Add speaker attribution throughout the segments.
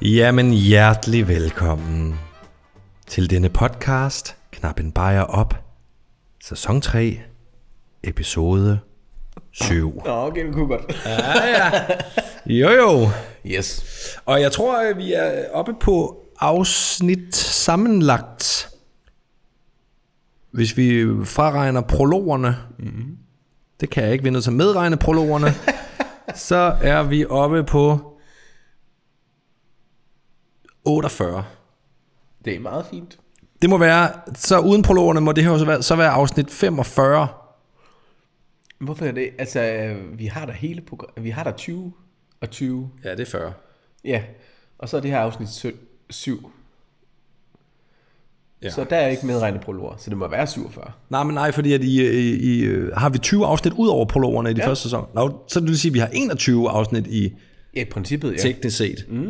Speaker 1: Jamen hjertelig velkommen til denne podcast, Knap en bajer op, sæson 3, episode 7.
Speaker 2: Nå, okay, det kunne godt.
Speaker 1: Jo jo,
Speaker 2: Yes.
Speaker 1: og jeg tror, øh, vi er oppe på afsnit sammenlagt, hvis vi fraregner prologerne. Mm-hmm. Det kan jeg ikke, vi er nødt til at medregne prologerne. så er vi oppe på 48.
Speaker 2: Det er meget fint.
Speaker 1: Det må være, så uden prologerne må det her jo så være, så være afsnit 45.
Speaker 2: Hvorfor er det? Altså, øh, vi har der hele program... Vi har der 20 og 20.
Speaker 1: Ja, det er 40.
Speaker 2: Ja. Og så er det her afsnit 7.
Speaker 1: Ja.
Speaker 2: Ja. Så der er ikke medregnet prologer, så det må være 47.
Speaker 1: Nej, men nej, fordi at I, I, I, øh, har vi 20 afsnit ud over prologerne i de ja. første sæson. Nå, så det vil sige, at vi har 21 afsnit i
Speaker 2: Ja, i princippet, ja.
Speaker 1: teknisk set. Mm.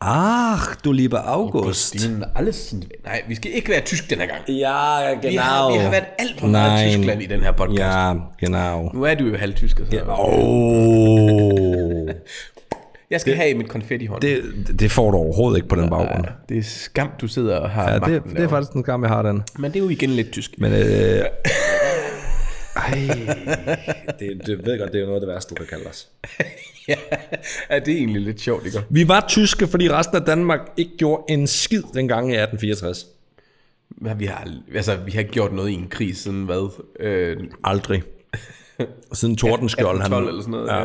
Speaker 1: Ach, Ah, du lieber August.
Speaker 2: Stinen alles sind... Nej, vi skal ikke være tysk den her gang.
Speaker 1: Ja, genau.
Speaker 2: Vi har, vi har været alt for meget
Speaker 1: Nein.
Speaker 2: Tyskland i den her podcast. Ja.
Speaker 1: Ja, genau.
Speaker 2: Nu er du jo halv tysker, så...
Speaker 1: Oh.
Speaker 2: Jeg skal have i mit konfetti hånd.
Speaker 1: det, det får du overhovedet ikke på den baggrund.
Speaker 2: det er skam, du sidder og har
Speaker 1: Ja,
Speaker 2: magten
Speaker 1: det, det er
Speaker 2: derovre.
Speaker 1: faktisk en skam, jeg har den.
Speaker 2: Men det er jo igen lidt tysk.
Speaker 1: Men øh, ej, det, det ved godt, det er jo noget af det værste, du kan kalde os.
Speaker 2: ja, er det egentlig lidt sjovt, ikke?
Speaker 1: Vi var tyske, fordi resten af Danmark ikke gjorde en skid dengang i 1864.
Speaker 2: Men vi har, altså, vi har gjort noget i en krig siden hvad? Øh,
Speaker 1: Aldrig. Og siden Tordenskjold.
Speaker 2: 12 eller sådan noget. Ja.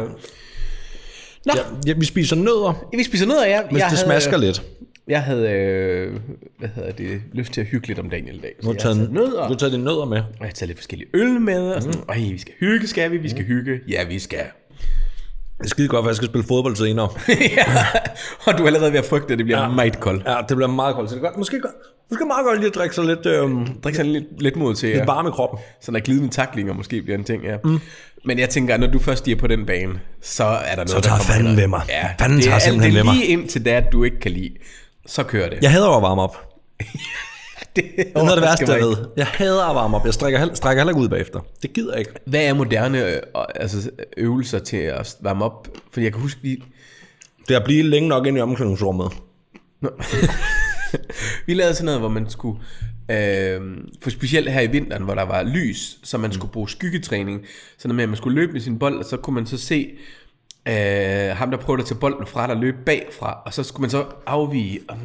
Speaker 2: Nå, ja.
Speaker 1: Ja, vi spiser nødder,
Speaker 2: vi spiser noget af jer.
Speaker 1: hvis jeg det smasker
Speaker 2: havde,
Speaker 1: lidt.
Speaker 2: Jeg havde, øh, hvad hedder det, lyst til at hygge lidt om dagen i dag. Så
Speaker 1: Du
Speaker 2: jeg
Speaker 1: har taget,
Speaker 2: har taget nød, og,
Speaker 1: du har taget dine altså nødder med.
Speaker 2: og jeg har taget lidt forskellige øl med, og sådan, mm. vi skal hygge, skal vi? Vi skal hygge. Ja, vi skal.
Speaker 1: Det er skide godt, for jeg skal spille fodbold senere.
Speaker 2: ja. Og du er allerede ved at frygte, at det bliver ja. meget koldt.
Speaker 1: Ja, det bliver meget koldt, så det er godt. Måske, godt- måske meget godt lige at drikke sig lidt øhm,
Speaker 2: Drik sådan lidt, lidt mod til, ja.
Speaker 1: varme i kroppen.
Speaker 2: sådan at glidende taklinger måske bliver en ting, ja. Mm. Men jeg tænker, at når du først stiger på den bane, så er der noget,
Speaker 1: tager
Speaker 2: der kommer
Speaker 1: fanden
Speaker 2: ind og-
Speaker 1: ved mig.
Speaker 2: Ja,
Speaker 1: Fanden
Speaker 2: det
Speaker 1: tager
Speaker 2: er
Speaker 1: simpelthen
Speaker 2: det
Speaker 1: ved mig.
Speaker 2: lige indtil det, at du ikke kan lide. Så kører det.
Speaker 1: Jeg hader jo at varme op.
Speaker 2: det,
Speaker 1: Det er noget af det værste, jeg ved. Jeg hader at varme op. Jeg strækker, hel- strækker heller ikke ud bagefter. Det gider jeg ikke.
Speaker 2: Hvad er moderne øh, og- altså, øvelser til at varme op? Fordi jeg kan huske, vi,
Speaker 1: Det er at blive længe nok ind i omklædningsrummet.
Speaker 2: vi lavede sådan noget, hvor man skulle... Øh, for specielt her i vinteren, hvor der var lys, så man
Speaker 1: Mm.
Speaker 2: skulle bruge skyggetræning. Sådan noget med, at man skulle løbe med sin bold, og så kunne man så se øh, ham, der prøvede at tage bolden fra, der løb bagfra. Og så skulle man så afvige, og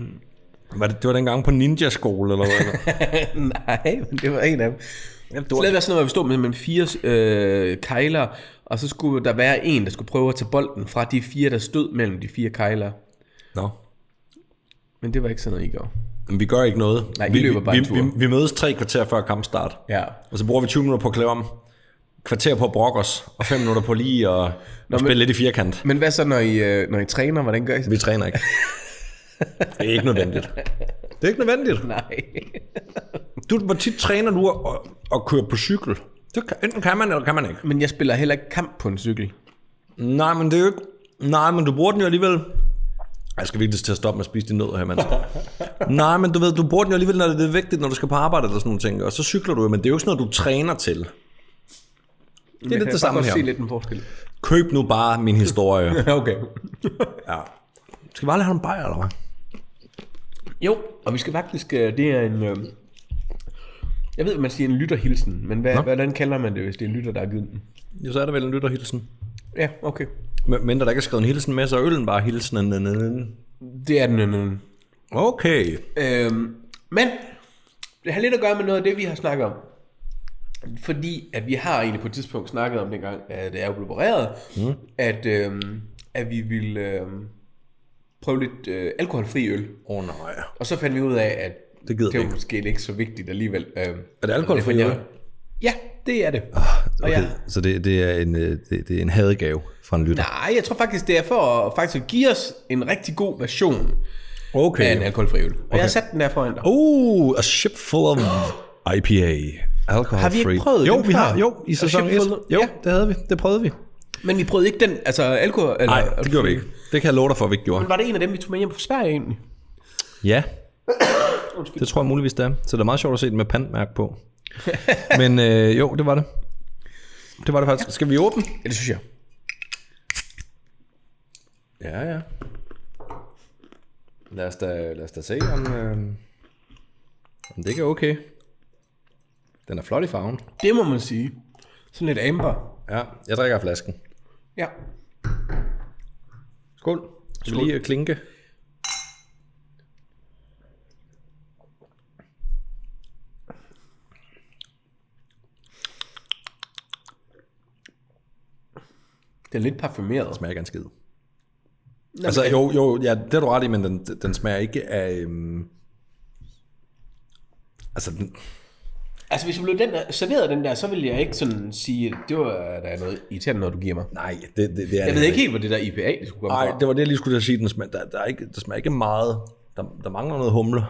Speaker 1: Var det, det var dengang på ninja-skole, eller hvad?
Speaker 2: Nej, men det var en af dem. Så lavede vi også sådan noget, hvor vi stod med, med fire øh, kejler, og så skulle der være en, der skulle prøve at tage bolden fra de fire, der stod mellem de fire kejler.
Speaker 1: Nå.
Speaker 2: Men det var ikke sådan noget, I gjorde.
Speaker 1: Men vi gør ikke noget.
Speaker 2: Nej, I
Speaker 1: vi,
Speaker 2: løber bare
Speaker 1: vi,
Speaker 2: en tur.
Speaker 1: vi, vi, vi mødes tre kvarter før kampstart.
Speaker 2: Ja.
Speaker 1: Og så bruger vi 20 minutter på at klæde om. Kvarter på at brokke os, og 5 minutter på lige at, Nå, at spille
Speaker 2: men-
Speaker 1: lidt i firkant.
Speaker 2: Men hvad så, når I, øh, når I træner? Hvordan gør I så?
Speaker 1: Vi træner ikke. Det er ikke nødvendigt. Det er ikke nødvendigt.
Speaker 2: Nej.
Speaker 1: Du, hvor tit træner du at, at køre på cykel? Det kan, enten kan man, eller kan man ikke.
Speaker 2: Men jeg spiller heller ikke kamp på en cykel.
Speaker 1: Nej, men det er jo ikke... Nej, men du bruger den jo alligevel... Jeg skal virkelig til at stoppe med at spise dine nødder her, mand. Nej, men du ved, du bruger den jo alligevel, når det er vigtigt, når du skal på arbejde eller sådan nogle ting. Og så cykler du jo, men det er jo ikke sådan noget, du træner til. Det er lidt det samme
Speaker 2: Jeg kan godt se
Speaker 1: her.
Speaker 2: lidt en forskel.
Speaker 1: Køb nu bare min historie.
Speaker 2: Okay.
Speaker 1: Ja. Skal vi bare lige have en bajer, eller hvad?
Speaker 2: jo, og vi skal faktisk, øh, det er en... Øh, jeg ved, man siger en lytterhilsen, men hvad, hvordan kalder man det, hvis det er en lytter, der har givet den?
Speaker 1: Jo, så er der vel en lytterhilsen.
Speaker 2: Ja, okay.
Speaker 1: Men mindre der ikke er skrevet en hilsen med, så er øllen bare hilsen.
Speaker 2: Det er den. Øh,
Speaker 1: Okay.
Speaker 2: Øhm, men det har lidt at gøre med noget af det, vi har snakket om. Fordi at vi har egentlig på et tidspunkt snakket om dengang, at det er blev opereret, mm. at, øhm, at vi ville øhm, prøve lidt øh, alkoholfri øl.
Speaker 1: Åh oh, nej.
Speaker 2: Og så fandt vi ud af, at
Speaker 1: Det gider vi
Speaker 2: det var
Speaker 1: ikke.
Speaker 2: måske ikke så vigtigt alligevel. Øhm,
Speaker 1: Er det alkoholfri
Speaker 2: derfor,
Speaker 1: øl? Ah.
Speaker 2: jeg- Ja, det er det. Og
Speaker 1: Okay,
Speaker 2: jeg,
Speaker 1: så det, det, er en, øh, det, det er en hadegave fra en lytter.
Speaker 2: nej, jeg tror faktisk, det er for at, faktisk at give os en rigtig god version af en
Speaker 1: Okay.
Speaker 2: alkoholfri øl. Og okay. jeg har sat den der foran dig.
Speaker 1: Oh, a ship full of IPA. Alcohol
Speaker 2: Har vi ikke
Speaker 1: free.
Speaker 2: prøvet
Speaker 1: Jo,
Speaker 2: den
Speaker 1: vi
Speaker 2: før?
Speaker 1: har. Jo, i
Speaker 2: A
Speaker 1: sæson
Speaker 2: ship
Speaker 1: 1.
Speaker 2: full
Speaker 1: Jo,
Speaker 2: of- ja.
Speaker 1: det havde vi. Det prøvede vi.
Speaker 2: Men vi prøvede ikke den, altså alkohol... Eller,
Speaker 1: Nej, det gjorde vi ikke. Det kan jeg love dig for, at vi ikke gjorde.
Speaker 2: Men var det en af dem, vi tog med hjem fra Sverige egentlig?
Speaker 1: Ja. Det tror jeg muligvis, det er. Så det er meget sjovt at se den med pandmærk på. Men øh, jo, det var det. Det var det faktisk. Skal vi åbne?
Speaker 2: Ja, det synes jeg.
Speaker 1: Ja, ja. Lad os da, lad os da se, om, øh, om det ikke er okay. Den er flot i farven.
Speaker 2: Det må man sige. Sådan lidt amber.
Speaker 1: Ja, jeg drikker af flasken.
Speaker 2: Ja.
Speaker 1: Skål. Skal vi lige øh, klinke?
Speaker 2: Den er lidt parfumeret.
Speaker 1: smager ikke af en skid. Altså jo, jo, ja, det har du ret i, men den, den smager ikke af... Øhm, altså, den,
Speaker 2: Altså, hvis jeg blev den der, serveret den der, så ville jeg ikke sådan sige, det var der er noget irriterende, når du giver mig.
Speaker 1: nej, det, det, det er...
Speaker 2: Jeg ved ikke helt, hvor det der IPA, det skulle komme
Speaker 1: Nej,
Speaker 2: fra.
Speaker 1: det var det, jeg lige skulle til at sige. Den smager, der, der, er ikke, der smager ikke meget. Der, der mangler noget humle.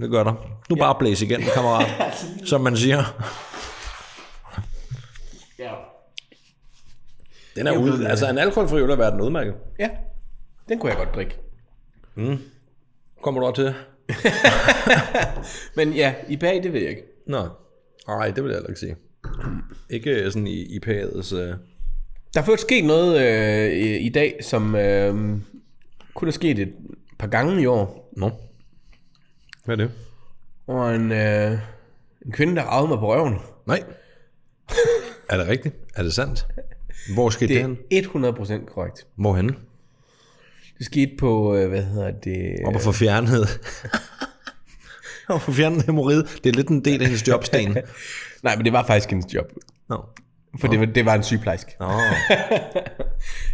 Speaker 1: Det gør der. Du ja. bare blæs igen, kammerat. som man siger.
Speaker 2: Ja.
Speaker 1: Den er ude. Altså, en alkoholfri øl er verden udmærket.
Speaker 2: ja, den kunne jeg godt drikke.
Speaker 1: Kommer du op til det?
Speaker 2: Men ja, IPA, det ved jeg ikke.
Speaker 1: Nå. Nej, det vil jeg heller ikke sige. Ikke øh, sådan i IPA'ets... Øh,
Speaker 2: Der er faktisk sket noget øh, i, i dag, som øh, kun er sket et par gange i år.
Speaker 1: Nå. Hvad er det?
Speaker 2: Hvor en, øh, en kvinde, der ragede mig på røven.
Speaker 1: Nej. er det rigtigt? Er det sandt? Hvor skete det,
Speaker 2: Det
Speaker 1: det hen?
Speaker 2: er 100% korrekt.
Speaker 1: Hvorhen?
Speaker 2: Det skete på, øh, hvad hedder det?
Speaker 1: Op og få fjernhed. Op og få fjernhed hemorrhide. Det er lidt en del af hendes jobsten.
Speaker 2: Nej, men det var faktisk hendes job.
Speaker 1: Nå.
Speaker 2: For det, var, det var en sygeplejerske.
Speaker 1: Nå.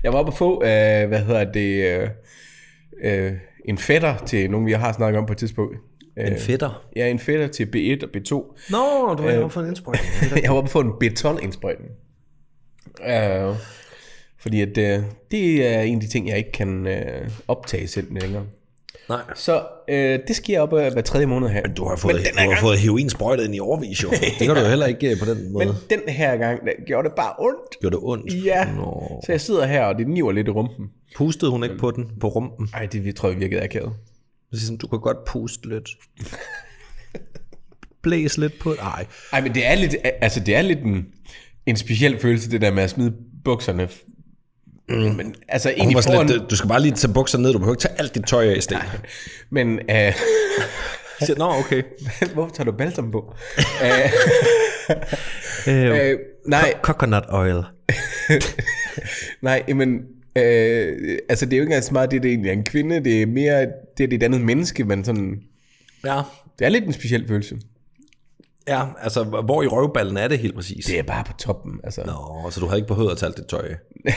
Speaker 2: Jeg var oppe og få, øh, hvad hedder det, øh, øh, en fætter til nogen, vi har snakket om på et tidspunkt. Øh,
Speaker 1: En fætter.
Speaker 2: jeg er en fætter til B1 og B2.
Speaker 1: Nå, du var øh. for en indsprøjtning.
Speaker 2: jeg var oppe og få en betonindsprøjtning. Øh, fordi at, øh, det er en af de ting, jeg ikke kan øh, optage selv længere.
Speaker 1: Nej.
Speaker 2: Så øh, det sker op øh, hver tredje måned her.
Speaker 1: Du har fået, du har fået heroin sprøjtet ind i overvis, jo. Det kan du jo heller ikke øh, på den måde.
Speaker 2: Men den her gang, der gjorde det bare ondt.
Speaker 1: Gjorde det ondt?
Speaker 2: Ja,
Speaker 1: Nå.
Speaker 2: så jeg sidder her, og det niver lidt i rumpen.
Speaker 1: Pustede hun ikke på den, på rumpen?
Speaker 2: Ej, det vi- tror jeg virkede akavet.
Speaker 1: Så siger sådan, du kan godt puste lidt. Blæs lidt på det. Ej.
Speaker 2: Ej, men det er lidt, altså det er lidt en, en speciel følelse, det der med at smide bukserne. Mm. Men, altså
Speaker 1: Hun
Speaker 2: egentlig
Speaker 1: var sådan
Speaker 2: foran,
Speaker 1: lidt, du skal bare lige tage bukserne ned, du behøver ikke tage alt dit tøj af i stedet.
Speaker 2: men øh,
Speaker 1: Jeg Siger, Nå, okay.
Speaker 2: hvorfor tager du balsam på? Æh,
Speaker 1: Øh,
Speaker 2: øh, nej,
Speaker 1: coconut oil.
Speaker 2: nej, men øh, altså det er jo ikke engang så meget, det, det egentlig er en kvinde, det er mere, det er det et andet menneske, men sådan,
Speaker 1: Ja,
Speaker 2: det er lidt en speciel følelse.
Speaker 1: ja, altså, hvor i røvballen er det helt præcis?
Speaker 2: Det er bare på toppen, altså. No.
Speaker 1: Nå, så du havde ikke behøvet at tage alt dit tøj af.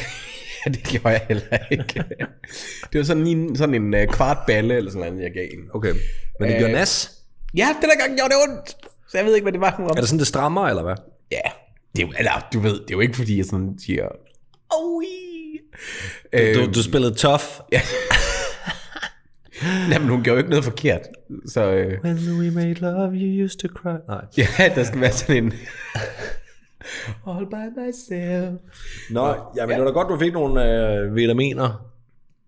Speaker 2: det gjorde jeg heller ikke. det var sådan en, sådan en øh, kvart balle, eller sådan noget, jeg gav hende.
Speaker 1: Okay, men det øh, gjorde nas.
Speaker 2: Ja, den der gang gjorde det ondt. Så jeg ved ikke, hvad det var, hun var
Speaker 1: Er det sådan, det strammer, eller hvad?
Speaker 2: Ja, det er jo, eller, du ved, det er jo ikke fordi, jeg sådan siger, oi. Øh,
Speaker 1: Du, du spillede tough.
Speaker 2: nej, men hun gjorde jo ikke noget forkert. Så øh,
Speaker 1: When we made love, you used to cry. Nej.
Speaker 2: ja, der skal være sådan en... All by myself.
Speaker 1: Nå, jamen, det var da godt, du fik nogle øh, vitaminer,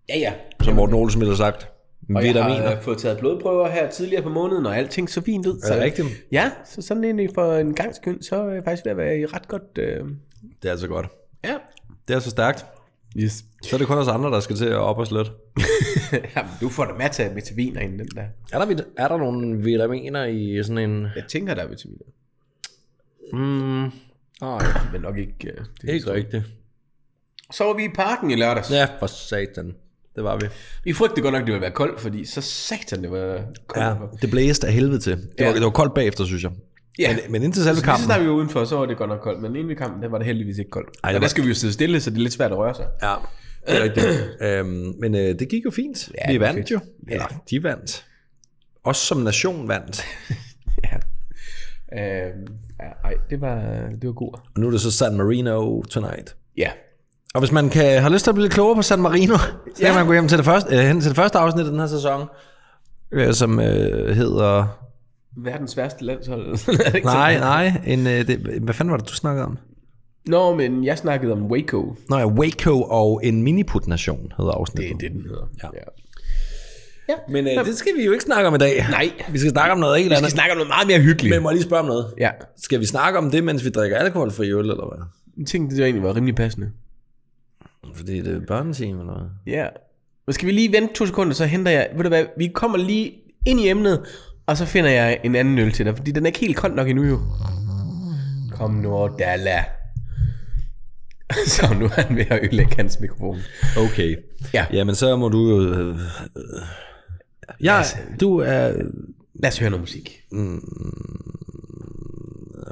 Speaker 2: Ja, ja.
Speaker 1: som Morten Olsen ville have sagt.
Speaker 2: Og jeg
Speaker 1: Vitaminer.
Speaker 2: har øh, fået taget blodprøver her tidligere på måneden, og alting så fint ud. Så,
Speaker 1: det rigtigt?
Speaker 2: Ja, så sådan egentlig for en gang skyld, så er jeg faktisk ved at være i ret godt... Øh,
Speaker 1: Det er altså godt.
Speaker 2: ja.
Speaker 1: Det er så stærkt.
Speaker 2: Yes.
Speaker 1: Så er det kun os andre, der skal til at op os lidt.
Speaker 2: Jamen, du får da masser af vitaminer inden den der.
Speaker 1: Er der, vit- er der nogle vitaminer i sådan en...
Speaker 2: Jeg tænker, der er vitaminer.
Speaker 1: Mm, nej,
Speaker 2: Men nok ikke... Øh, det.
Speaker 1: ikke rigtigt.
Speaker 2: Så var vi i parken i lørdags.
Speaker 1: Ja, for satan. Det var vi.
Speaker 2: Vi frygtede godt nok, det ville være koldt, fordi så satan, det var koldt.
Speaker 1: Ja,
Speaker 2: Ja.
Speaker 1: det blæste af helvede til. Det, var,
Speaker 2: Ja.
Speaker 1: det var koldt bagefter, synes jeg.
Speaker 2: Ja.
Speaker 1: Men, men indtil selve
Speaker 2: Lige så
Speaker 1: kampen...
Speaker 2: snart vi var udenfor, så var det godt nok koldt, men inden i kampen, der var det heldigvis ikke koldt. Ej,
Speaker 1: det
Speaker 2: og
Speaker 1: var-
Speaker 2: der skal vi jo sidde stille, så det er lidt svært at røre sig.
Speaker 1: Ja, det er rigtigt. øhm, men øh, det gik jo fint.
Speaker 2: Ja,
Speaker 1: Ja, vi
Speaker 2: det var
Speaker 1: vandt
Speaker 2: fedt.
Speaker 1: jo. Eller, de vandt. Også som nation vandt.
Speaker 2: Ja. Øhm, ja, ej, det var, det var godt.
Speaker 1: Og nu er det så San Marino tonight.
Speaker 2: Ja.
Speaker 1: Og hvis man kan, har lyst til at blive lidt klogere på San Marino, så kan
Speaker 2: Ja.
Speaker 1: man gå hjem til det første, øh, hen til det første afsnit af den her sæson, øh, som øh, hedder
Speaker 2: Verdens værste landshold. Er det ikke
Speaker 1: Nej,
Speaker 2: sådan?
Speaker 1: nej. En, øh, det, hvad fanden var det, du snakkede om?
Speaker 2: Nå, men jeg snakkede om Waco.
Speaker 1: Nå ja, Waco og en miniput-nation hedder afsnittet.
Speaker 2: Det er det, den hedder.
Speaker 1: Ja.
Speaker 2: ja. Men
Speaker 1: Men øh, det skal vi jo ikke snakke om i dag.
Speaker 2: nej,
Speaker 1: Vi skal snakke om noget helt
Speaker 2: vi skal
Speaker 1: andet.
Speaker 2: snakke om noget meget mere hyggeligt.
Speaker 1: Men må jeg lige spørge om noget?
Speaker 2: Ja,
Speaker 1: Skal vi snakke om det, mens vi drikker alkoholfri øl, eller hvad?
Speaker 2: jeg tænkte, det egentlig var rimelig passende.
Speaker 1: Fordi det er børnetime, eller hvad?
Speaker 2: Ja. Men skal vi lige vente to sekunder, så henter jeg... Ved du hvad, vi kommer lige ind i emnet, og så finder jeg en anden øl til dig, fordi den er ikke helt kold nok endnu jo. Kom nu, Dalla. så nu er han ved at ødelægge hans mikrofon.
Speaker 1: Okay.
Speaker 2: Ja.
Speaker 1: Jamen, så må du jo... Øh, øh, ja, du er...
Speaker 2: Lad os høre noget musik.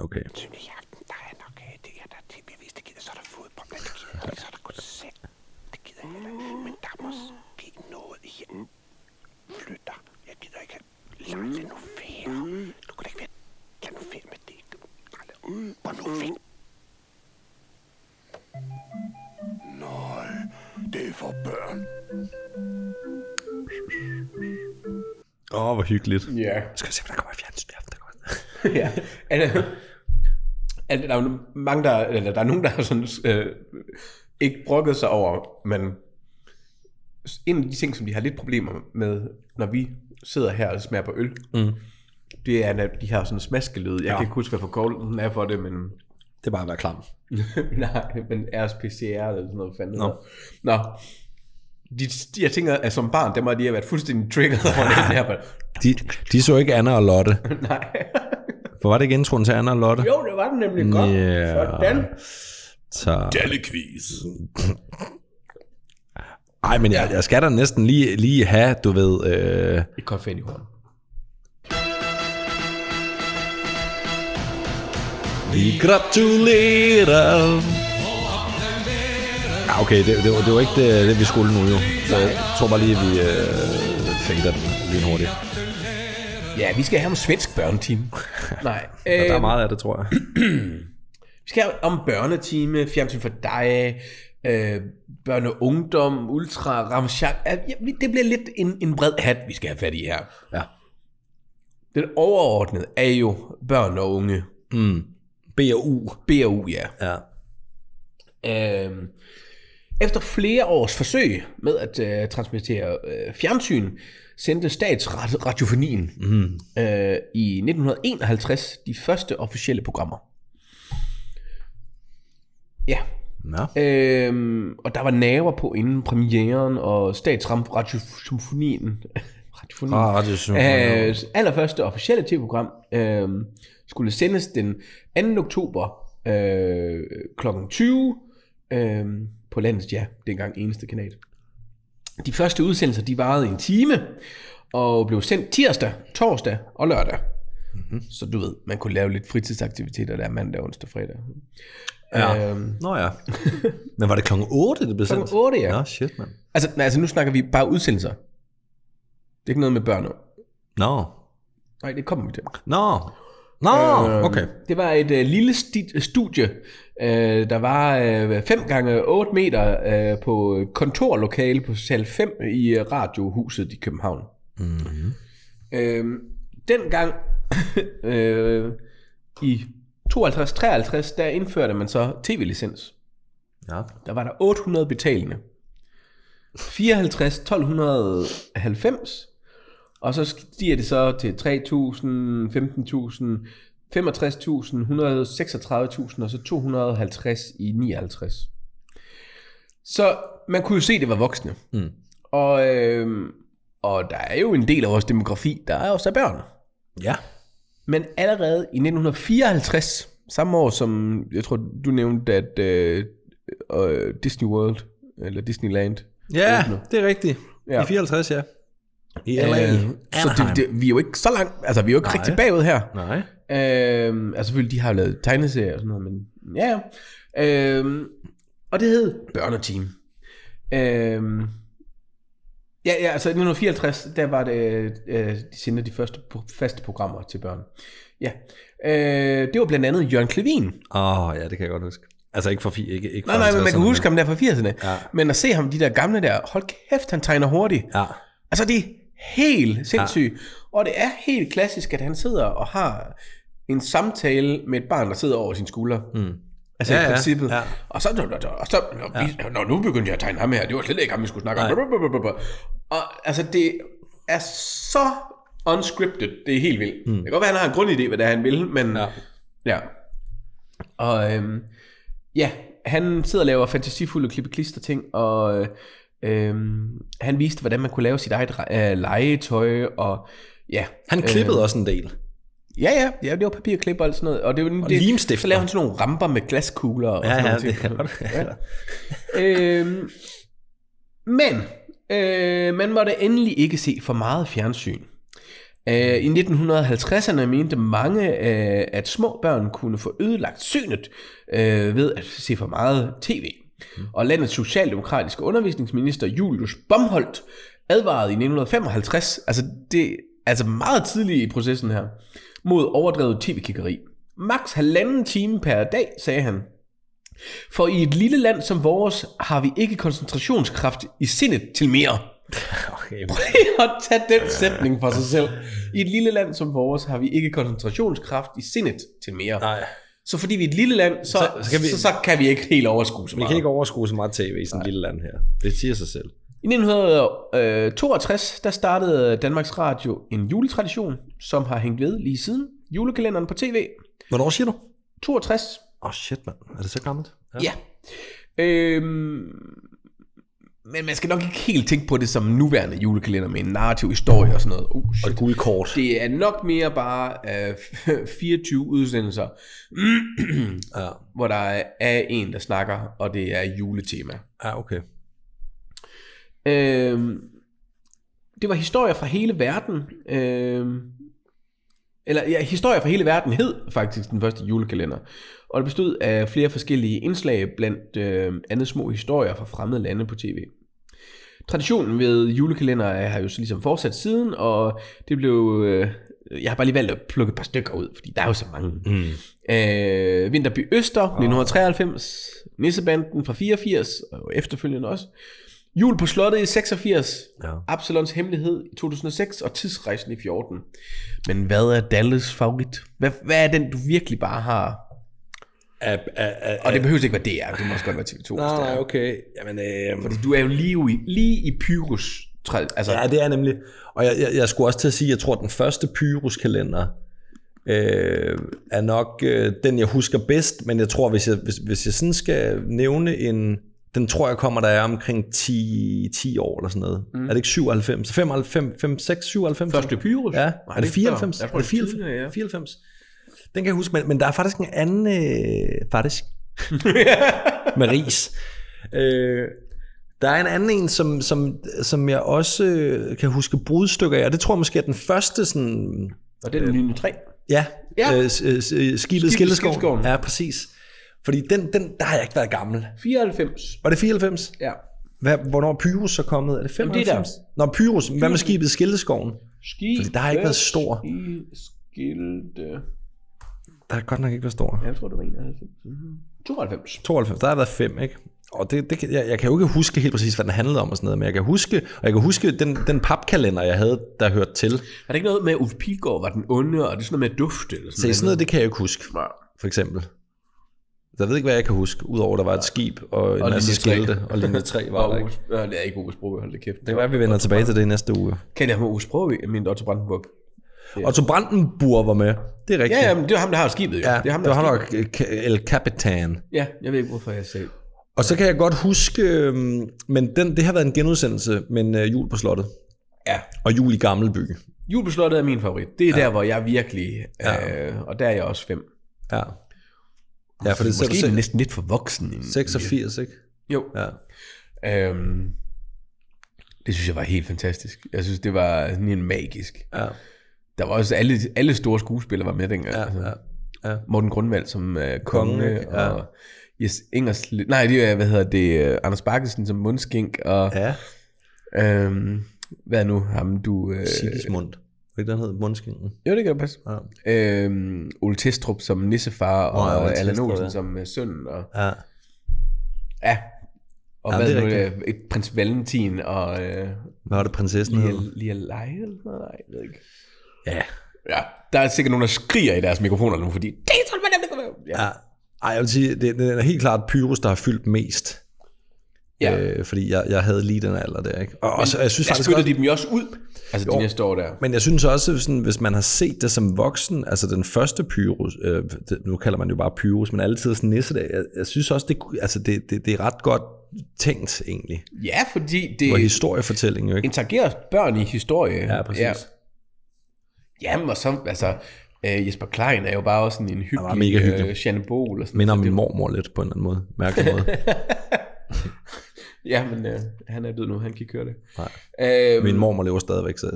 Speaker 1: Okay.
Speaker 3: i aften, der er nok øh, det her, der er tv hvis det gider, så er der fodbold, men det gider jeg ikke, så er der koncert, det gider jeg heller ikke. Men der må ske noget her. Flytter. Jeg gider ikke have lagt det nu færre. Du kan da ikke være, lad nu færre med det. Nej, lad- Hvor nu færre? Nej, det er for børn.
Speaker 1: Åh, oh, hvor hyggeligt.
Speaker 2: Ja.
Speaker 1: Skal vi se, hvad der kommer i fjernsynet i aften? Der kommer...
Speaker 2: ja. Altså, altså, der er jo mange, der, eller der er nogen, der har sådan, øh, ikke brokket sig over, men en af de ting, som de har lidt problemer med, når vi sidder her og smager på øl, mm. det er, at de har sådan smaskelyde. Jeg ja.
Speaker 1: Ja.
Speaker 2: kan ikke huske, hvad for kold den er for det, men...
Speaker 1: Det er bare at være klam.
Speaker 2: Nej, men RSPCR eller sådan noget fanden.
Speaker 1: Nå.
Speaker 2: Nå. Nå. De, de, jeg tænker, at som barn, der må de have været fuldstændig triggered over den her. men-
Speaker 1: De, de så ikke Anna og Lotte.
Speaker 2: Nej.
Speaker 1: For var det ikke introen til Anna og Lotte?
Speaker 2: jo, det var den nemlig godt.
Speaker 1: Ja.
Speaker 2: Sådan.
Speaker 1: Så...
Speaker 2: Dallequiz.
Speaker 1: Ej, men jeg, jeg skal da næsten lige, lige have, du ved... Øh...
Speaker 2: Et konfettihorn.
Speaker 1: Vi gratulerer. Ja, okay, det, det, var, det var ikke det, det, vi skulle nu jo. Så jeg tror bare lige, at vi øh, fader den lige hurtigt.
Speaker 2: Ja, vi skal have om svensk børneteam. Nej. Øh,
Speaker 1: Der er meget af det, tror jeg.
Speaker 2: Vi skal have om børneteam, fjernsyn for dig, øh, børne og ungdom, ultra, ramschak. Ja, vi- det bliver lidt en, en bred hat, vi skal have fat i her.
Speaker 1: Ja.
Speaker 2: Den overordnede er jo børn og unge.
Speaker 1: B og U.
Speaker 2: BAU, ja.
Speaker 1: Mm. Ja.
Speaker 2: Øhm, Efter flere års forsøg med at øh, transmittere øh, fjernsyn, sendte statsradiofonien mm. øh, i 1951 de første officielle programmer. Ja,
Speaker 1: ja.
Speaker 2: øhm, og der var naver på inden premieren, og statsradiofonien...
Speaker 1: Ah,
Speaker 2: radiofonien
Speaker 1: Radio
Speaker 2: Øhm. Øh, allerførste officielle tv-program øh, skulle sendes den 2. oktober øh, kl. 20 øh, på landets, ja, dengang eneste kanal. De første udsendelser, de varede en time, og blev sendt tirsdag, torsdag og lørdag. Mm-hmm. Så du ved, man kunne lave lidt fritidsaktiviteter der mandag, onsdag, fredag.
Speaker 1: Ja.
Speaker 2: Øhm,
Speaker 1: Nå ja. Men var det klokken 8, det blev sendt?
Speaker 2: Klokken otte, ja.
Speaker 1: Nå, shit, mand.
Speaker 2: altså, nej, altså, nu snakker vi bare udsendelser. Det er ikke noget med børn. og-
Speaker 1: Nå.
Speaker 2: Nej, det kommer vi til.
Speaker 1: Nå. Nå,
Speaker 2: Øhm,
Speaker 1: okay.
Speaker 2: Det var et øh, lille sti- studie, øh, der var 5 gange 8 meter øh, på et kontorlokale på sal 5 i øh, Radiohuset i København.
Speaker 1: Mhm.
Speaker 2: Mm-hmm. Øh, dengang øh, i 52-53, der indførte man så tv-licens.
Speaker 1: Ja.
Speaker 2: Der var der 800 betalende. 54, 1290. Og så stiger det så til 3000, 15000, 65.000, 136.000 og så 250 i 59. Så man kunne jo se, at det var voksne.
Speaker 1: Mm.
Speaker 2: Og, øh, og der er jo en del af vores demografi, der er også af børn.
Speaker 1: Ja.
Speaker 2: Men allerede i 1954, samme år som, jeg tror, du nævnte, at øh, øh, Disney World, eller Disneyland.
Speaker 1: Ja, det er rigtigt.
Speaker 2: Ja.
Speaker 1: I 54, ja. I LA.
Speaker 2: Øh, så
Speaker 1: Anaheim.
Speaker 2: det, det, vi er jo ikke så langt, altså vi er jo ikke
Speaker 1: Nej.
Speaker 2: rigtig bagud her.
Speaker 1: Nej.
Speaker 2: Øh, altså selvfølgelig, de har jo lavet tegneserier og sådan noget, men ja. ja. Øh, og det hed Børneteam. Øh, ja, ja, altså i 1954, der var det, øh, de sendte de første pro- faste programmer til børn. Ja, øh, det var blandt andet Jørgen Klevin,
Speaker 1: Åh, oh, ja, det kan jeg godt huske. Altså ikke for fi, ikke, ikke
Speaker 2: Nej,
Speaker 1: for altså,
Speaker 2: nej, men man kan
Speaker 1: 50'erne,
Speaker 2: huske ham der fra 80'erne.
Speaker 1: Ja.
Speaker 2: Ja. Men at se ham, de der gamle der, hold kæft, han tegner hurtigt.
Speaker 1: Ja.
Speaker 2: Altså, det er helt sindssygt. Ja. Og det er helt klassisk, at han sidder og har en samtale med et barn, der sidder over sin skulder. Mm. Altså
Speaker 1: Ja,
Speaker 2: ja, i
Speaker 1: ja,
Speaker 2: princippet.
Speaker 1: ja.
Speaker 2: Ja. Og så, og så når, vi, når nu begyndte jeg at tegne ham her, det var slet ikke ham, vi skulle snakke om. Og altså, det er så unscripted, det er helt vildt. Mm. Det kan godt være, han har en grundidé, hvad det er, han vil, men
Speaker 1: Ja.
Speaker 2: ja. ja. Og øhm, ja, han sidder og laver fantasifulde klippeklister ting, og øh, Øhm, han viste, hvordan man kunne lave sit eget re- øh, legetøj, og ja.
Speaker 1: Han klippede øh, også en del.
Speaker 2: Ja, ja, ja, det var papirklip og alt sådan noget. Og, det var, og det,
Speaker 1: limstifter.
Speaker 2: så lavede han sådan nogle ramper med glaskugler og sådan noget. øhm, men øh, man måtte endelig ikke se for meget fjernsyn. Øh, I 1950'erne mente mange, øh, at små børn kunne få ødelagt synet øh, ved at se for meget tv. Og landets socialdemokratiske undervisningsminister Julius Bomholdt advarede i 1955, altså det altså meget tidligt i processen her, mod overdrevet tv-kiggeri. Max halvanden time per dag, sagde han. For i et lille land som vores har vi ikke koncentrationskraft i sindet til mere.
Speaker 1: Okay.
Speaker 2: Prøv at tage den sætning for sig selv. I et lille land som vores har vi ikke koncentrationskraft i sindet til mere.
Speaker 1: Nej,
Speaker 2: Så fordi vi er et lille land, så, så, så, kan, vi, så, så kan vi ikke helt overskue så
Speaker 1: vi
Speaker 2: meget.
Speaker 1: kan ikke overskue så meget tv i sådan et lille land her. Det siger sig selv.
Speaker 2: I 1962, der startede Danmarks Radio en juletradition, som har hængt ved lige siden julekalenderen på tv.
Speaker 1: Hvornår siger du?
Speaker 2: 62,
Speaker 1: Åh, oh, shit, mand. Er det så gammelt?
Speaker 2: ja. Øhm, men man skal nok ikke helt tænke på det som nuværende julekalender med en narrativ historie og sådan noget. Oh,
Speaker 1: Og
Speaker 2: shit.
Speaker 1: guldkort.
Speaker 2: Det er nok mere bare øh, 24 udsendelser,
Speaker 1: Ja.
Speaker 2: hvor der er en, der snakker, og det er juletema.
Speaker 1: ja, okay.
Speaker 2: Øhm, det var historier fra hele verden. Øhm, eller ja, historier fra hele verden hed faktisk den første julekalender. Og det bestod af flere forskellige indslag, blandt øh, andet små historier fra fremmede lande på tv. Traditionen ved julekalender er- har jo så ligesom fortsat siden, og det blev... Øh, jeg har bare lige valgt at plukke et par stykker ud, fordi der er jo så mange.
Speaker 1: Mm.
Speaker 2: Øh, Vinterby Øster, 1993, Nissebanden fra 84, og efterfølgende også. Jul på slottet i 86,
Speaker 1: Ja.
Speaker 2: Absalons hemmelighed i 2006, og Tidsrejsen i 14. Men hvad er Dalles favorit? Hvad, hvad er den, du virkelig bare har?
Speaker 1: Er, er, er,
Speaker 2: Og det behøver ikke være DR, det må også godt være TV2. hvis
Speaker 1: Nej,
Speaker 2: det er.
Speaker 1: nej, okay. Jamen, øh,
Speaker 2: Fordi du er jo lige i, lige i Pyrus. træ- Altså,
Speaker 1: ja, det er nemlig. Og jeg, jeg, jeg skulle også til at sige, at jeg tror, at den første Pyrus-kalender øh, er nok øh, den, jeg husker bedst. Men jeg tror, hvis jeg, hvis, hvis jeg sådan skal nævne en... Den tror jeg kommer, der er omkring 10, 10 år eller sådan noget. Mm. Er det ikke 97? 95, 5, 6, 97?
Speaker 2: første Pyrus?
Speaker 1: Ja,
Speaker 2: Nej,
Speaker 1: er det
Speaker 2: før.
Speaker 1: 94?
Speaker 2: Jeg tror,
Speaker 1: er det 94?
Speaker 2: tidligere, ja.
Speaker 1: 94? Den kan jeg huske, men, men der er faktisk en anden... Øh, faktisk. med ris. Øh, der er en anden en, som, som, som jeg også øh, kan huske brudstykker af, og det tror jeg måske er den første sådan...
Speaker 2: Og det er den nye tre.
Speaker 1: Ja,
Speaker 2: Ja.
Speaker 1: ja. Øh, s- øh, s- øh, skibet Skildeskoven.
Speaker 2: Skildeskoven.
Speaker 1: Ja, præcis. Fordi den, den, der har jeg ikke været gammel.
Speaker 2: 94.
Speaker 1: Var det 94?
Speaker 2: Ja.
Speaker 1: Hvad, hvornår er Pyrus så kommet? Er det
Speaker 2: Jamen, det er
Speaker 1: 95? Nå, Pyrus. Hvad med skibet Skildeskoven?
Speaker 2: Ski,
Speaker 1: Fordi der har ikke været stor.
Speaker 2: Skilte.
Speaker 1: Der har godt nok ikke været stor.
Speaker 2: Ja, Jeg tror, det var 91. Mm-hmm. 92.
Speaker 1: 92, der har været fem, ikke? Og det, det, kan- jeg, jeg kan jo ikke huske helt præcis, hvad den handlede om og sådan noget, men jeg kan huske, og jeg kan huske den, den papkalender, jeg havde, der hørte til.
Speaker 2: Er det ikke noget med, at Uffe Pilgaard var den onde, og det er sådan noget med at dufte? Eller
Speaker 1: Så
Speaker 2: sådan
Speaker 1: sådan noget, det kan jeg ikke huske,
Speaker 2: noget.
Speaker 1: for eksempel. Så Jeg ved ikke, hvad jeg kan huske, udover at der var et skib og en
Speaker 2: Og
Speaker 1: og masse
Speaker 2: linje tre.
Speaker 1: skilte, og linje 3 var
Speaker 2: Og
Speaker 1: der ikke.
Speaker 2: Uffe, øh, det er ikke Uffe Sprogø, hold da kæft.
Speaker 1: Det kan være, vi vender tilbage til det i næste uge.
Speaker 2: Kan jeg have Uffe Sprogø? Jeg mente Otto Brandenburg.
Speaker 1: Otto Brandenburg var med. Det er
Speaker 2: Ja,
Speaker 1: rigtigt.
Speaker 2: ja, men det er ham, der har skibet, jo.
Speaker 1: ja
Speaker 2: det er ham,
Speaker 1: det
Speaker 2: der
Speaker 1: var
Speaker 2: har
Speaker 1: ham,
Speaker 2: skibet.
Speaker 1: der var El Capitan.
Speaker 2: Ja, jeg ved ikke, hvorfor jeg sagde.
Speaker 1: Og så kan jeg godt huske, øhm, men den, det har været en genudsendelse, men øh, jul på slottet.
Speaker 2: Ja,
Speaker 1: Og jul i Gammelby.
Speaker 2: Jubelslottet er min favorit. Det er ja. der, hvor jeg virkelig...
Speaker 1: Ja.
Speaker 2: Øh, og der er jeg også fem.
Speaker 1: Ja. Ja, for det er
Speaker 2: Måske
Speaker 1: selv-
Speaker 2: selv, næsten lidt for voksen. end-
Speaker 1: 86, ikke?
Speaker 2: Jo.
Speaker 1: Ja.
Speaker 2: Øhm, det synes jeg var helt fantastisk. Jeg synes, det var sådan en magisk.
Speaker 1: Ja.
Speaker 2: Der var også alle, alle store skuespillere var med dengang.
Speaker 1: Ja,
Speaker 2: altså.
Speaker 1: ja. ja.
Speaker 2: Morten Grundvald som øh, konge,
Speaker 1: Konge, ja.
Speaker 2: og Jes Ingers, nej, det er, hvad hedder det, øh, Anders Bakkesen som mundskink, og
Speaker 1: ja.
Speaker 2: ja. øhm, hvad er nu ham, du... Øh,
Speaker 1: Sigismund. Var ikke den hed Mundskinken?
Speaker 2: jo, det kan du passe.
Speaker 1: Ja.
Speaker 2: Øhm, Ole Testrup som nissefar,
Speaker 1: Nå, ja,
Speaker 2: og
Speaker 1: Ole
Speaker 2: ja, Allan
Speaker 1: Testrup,
Speaker 2: Olsen
Speaker 1: ja.
Speaker 2: som øh, søn, og
Speaker 1: ja.
Speaker 2: ja, og
Speaker 1: Ja,
Speaker 2: ja, hvad
Speaker 1: det er
Speaker 2: er nu, det, øh, prins Valentin, og øh,
Speaker 1: Hvad var det, prinsessen hed?
Speaker 2: Lia- Lia Leje, eller sådan noget? nej, jeg ved ikke.
Speaker 1: Ja.
Speaker 2: Ja, der er sikkert nogen, der skriger i deres mikrofoner nu, fordi det er sådan, man det kommer. Ja.
Speaker 1: ja. Ej, jeg vil sige, det, det er helt klart Pyrus, der har fyldt mest.
Speaker 2: ja. Øh,
Speaker 1: Øh, fordi jeg, jeg havde lige den alder der, ikke? Og, og så, jeg synes
Speaker 2: der
Speaker 1: faktisk
Speaker 2: spytter
Speaker 1: også,
Speaker 2: de dem jo også ud, altså de næste år der.
Speaker 1: men jeg synes også, sådan, hvis man har set det som voksen, altså den første Pyrus, øh, det, nu kalder man det jo bare Pyrus, men altid sådan nisse, jeg, jeg synes også, det, kunne- altså det, det, det er ret godt tænkt egentlig.
Speaker 2: Ja, fordi
Speaker 1: Hvor
Speaker 2: det
Speaker 1: historiefortælling jo ikke.
Speaker 2: interagerer børn i historie.
Speaker 1: Ja, præcis. Ja.
Speaker 2: Jamen, og så, altså, øh, Jesper Klein er jo bare også sådan en
Speaker 1: var
Speaker 2: hyggelig,
Speaker 1: mega hyggelig.
Speaker 2: Øh, Jeanne Bol og sådan
Speaker 1: Minder om min mormor lidt på en eller anden måde. Mærkelig måde.
Speaker 2: Ja, men øh, han er død nu, han kan ikke høre det.
Speaker 1: Nej.
Speaker 2: Øhm,
Speaker 1: Min mormor lever stadigvæk, så...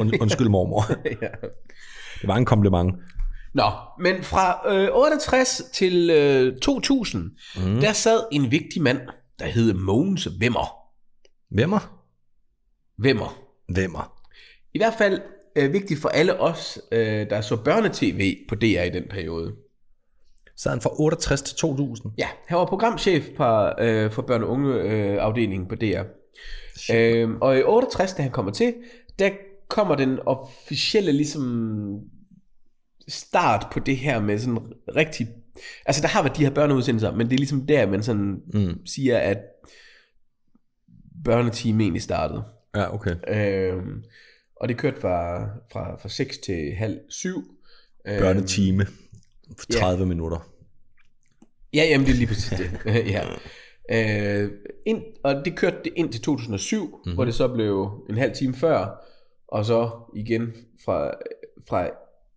Speaker 1: Und, undskyld mormor.
Speaker 2: ja.
Speaker 1: Det var en kompliment.
Speaker 2: Nå, men fra øh, 68 til øh, 2000, mm. der sad en vigtig mand, der hed Mogens Vemmer.
Speaker 1: Vemmer?
Speaker 2: Vemmer.
Speaker 1: Vemmer.
Speaker 2: I hvert fald øh, vigtigt for alle os, øh, der så børnetv på DR i den periode.
Speaker 1: Så er han fra 68 til 2000.
Speaker 2: Ja, han var programchef på, øh, for børne- og ungeafdelingen på DR. Øhm, og i 68, da han kommer til, der kommer den officielle ligesom start på det her med sådan rigtig... Altså der har været de her børneudsendelser, men det er ligesom der, man sådan mm. siger, at børneteam egentlig startede.
Speaker 1: Ja, okay.
Speaker 2: Øhm, og det kørte fra, fra, fra 6 til halv 7. Øhm,
Speaker 1: Børnetime. For
Speaker 2: ja.
Speaker 1: 30 minutter.
Speaker 2: Ja, jamen det er lige præcis det. ja. øh, ind, og det kørte det ind til 2007, mm-hmm. hvor det så blev en halv time før, og så igen fra, fra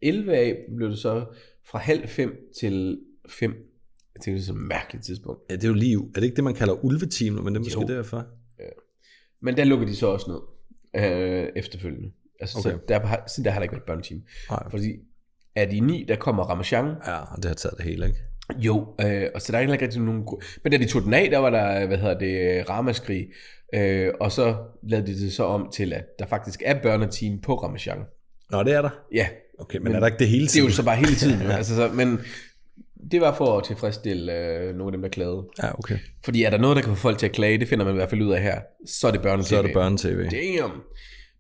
Speaker 2: 11 af blev det så fra halv fem til fem. Det er sådan et mærkeligt tidspunkt.
Speaker 1: Ja, det er jo lige... Er det ikke det, man kalder ulvetimen, men det er måske
Speaker 2: Jo.
Speaker 1: derfor?
Speaker 2: Men der lukker de så også ned øh, efterfølgende. Altså, okay. så
Speaker 1: Okay.
Speaker 2: der, har- siden der har der ikke været børneteam.
Speaker 1: Nej.
Speaker 2: Fordi er de ni, der kommer Ramachan,
Speaker 1: Ja, og det har taget det hele, ikke?
Speaker 2: Jo, øh, og så der er heller ikke rigtig nogen... gru- Men da de tog den af, der var der, hvad hedder det, øh, ramaskrig. Øh, og så lavede de det så om til, at der faktisk er børneteam på Ramachan.
Speaker 1: Nå, det er der.
Speaker 2: Ja,
Speaker 1: Okay, men, men er der ikke det hele
Speaker 2: det er
Speaker 1: tiden?
Speaker 2: jo så bare hele tiden. Jo. Altså, så, men det var for at tilfredsstille øh, nogle af dem, der klagede.
Speaker 1: Ja, okay.
Speaker 2: Fordi er der noget, der kan få folk til at klage, det finder man i hvert fald ud af her, så er det børneteam.
Speaker 1: Så er det børnetv.
Speaker 2: Damn.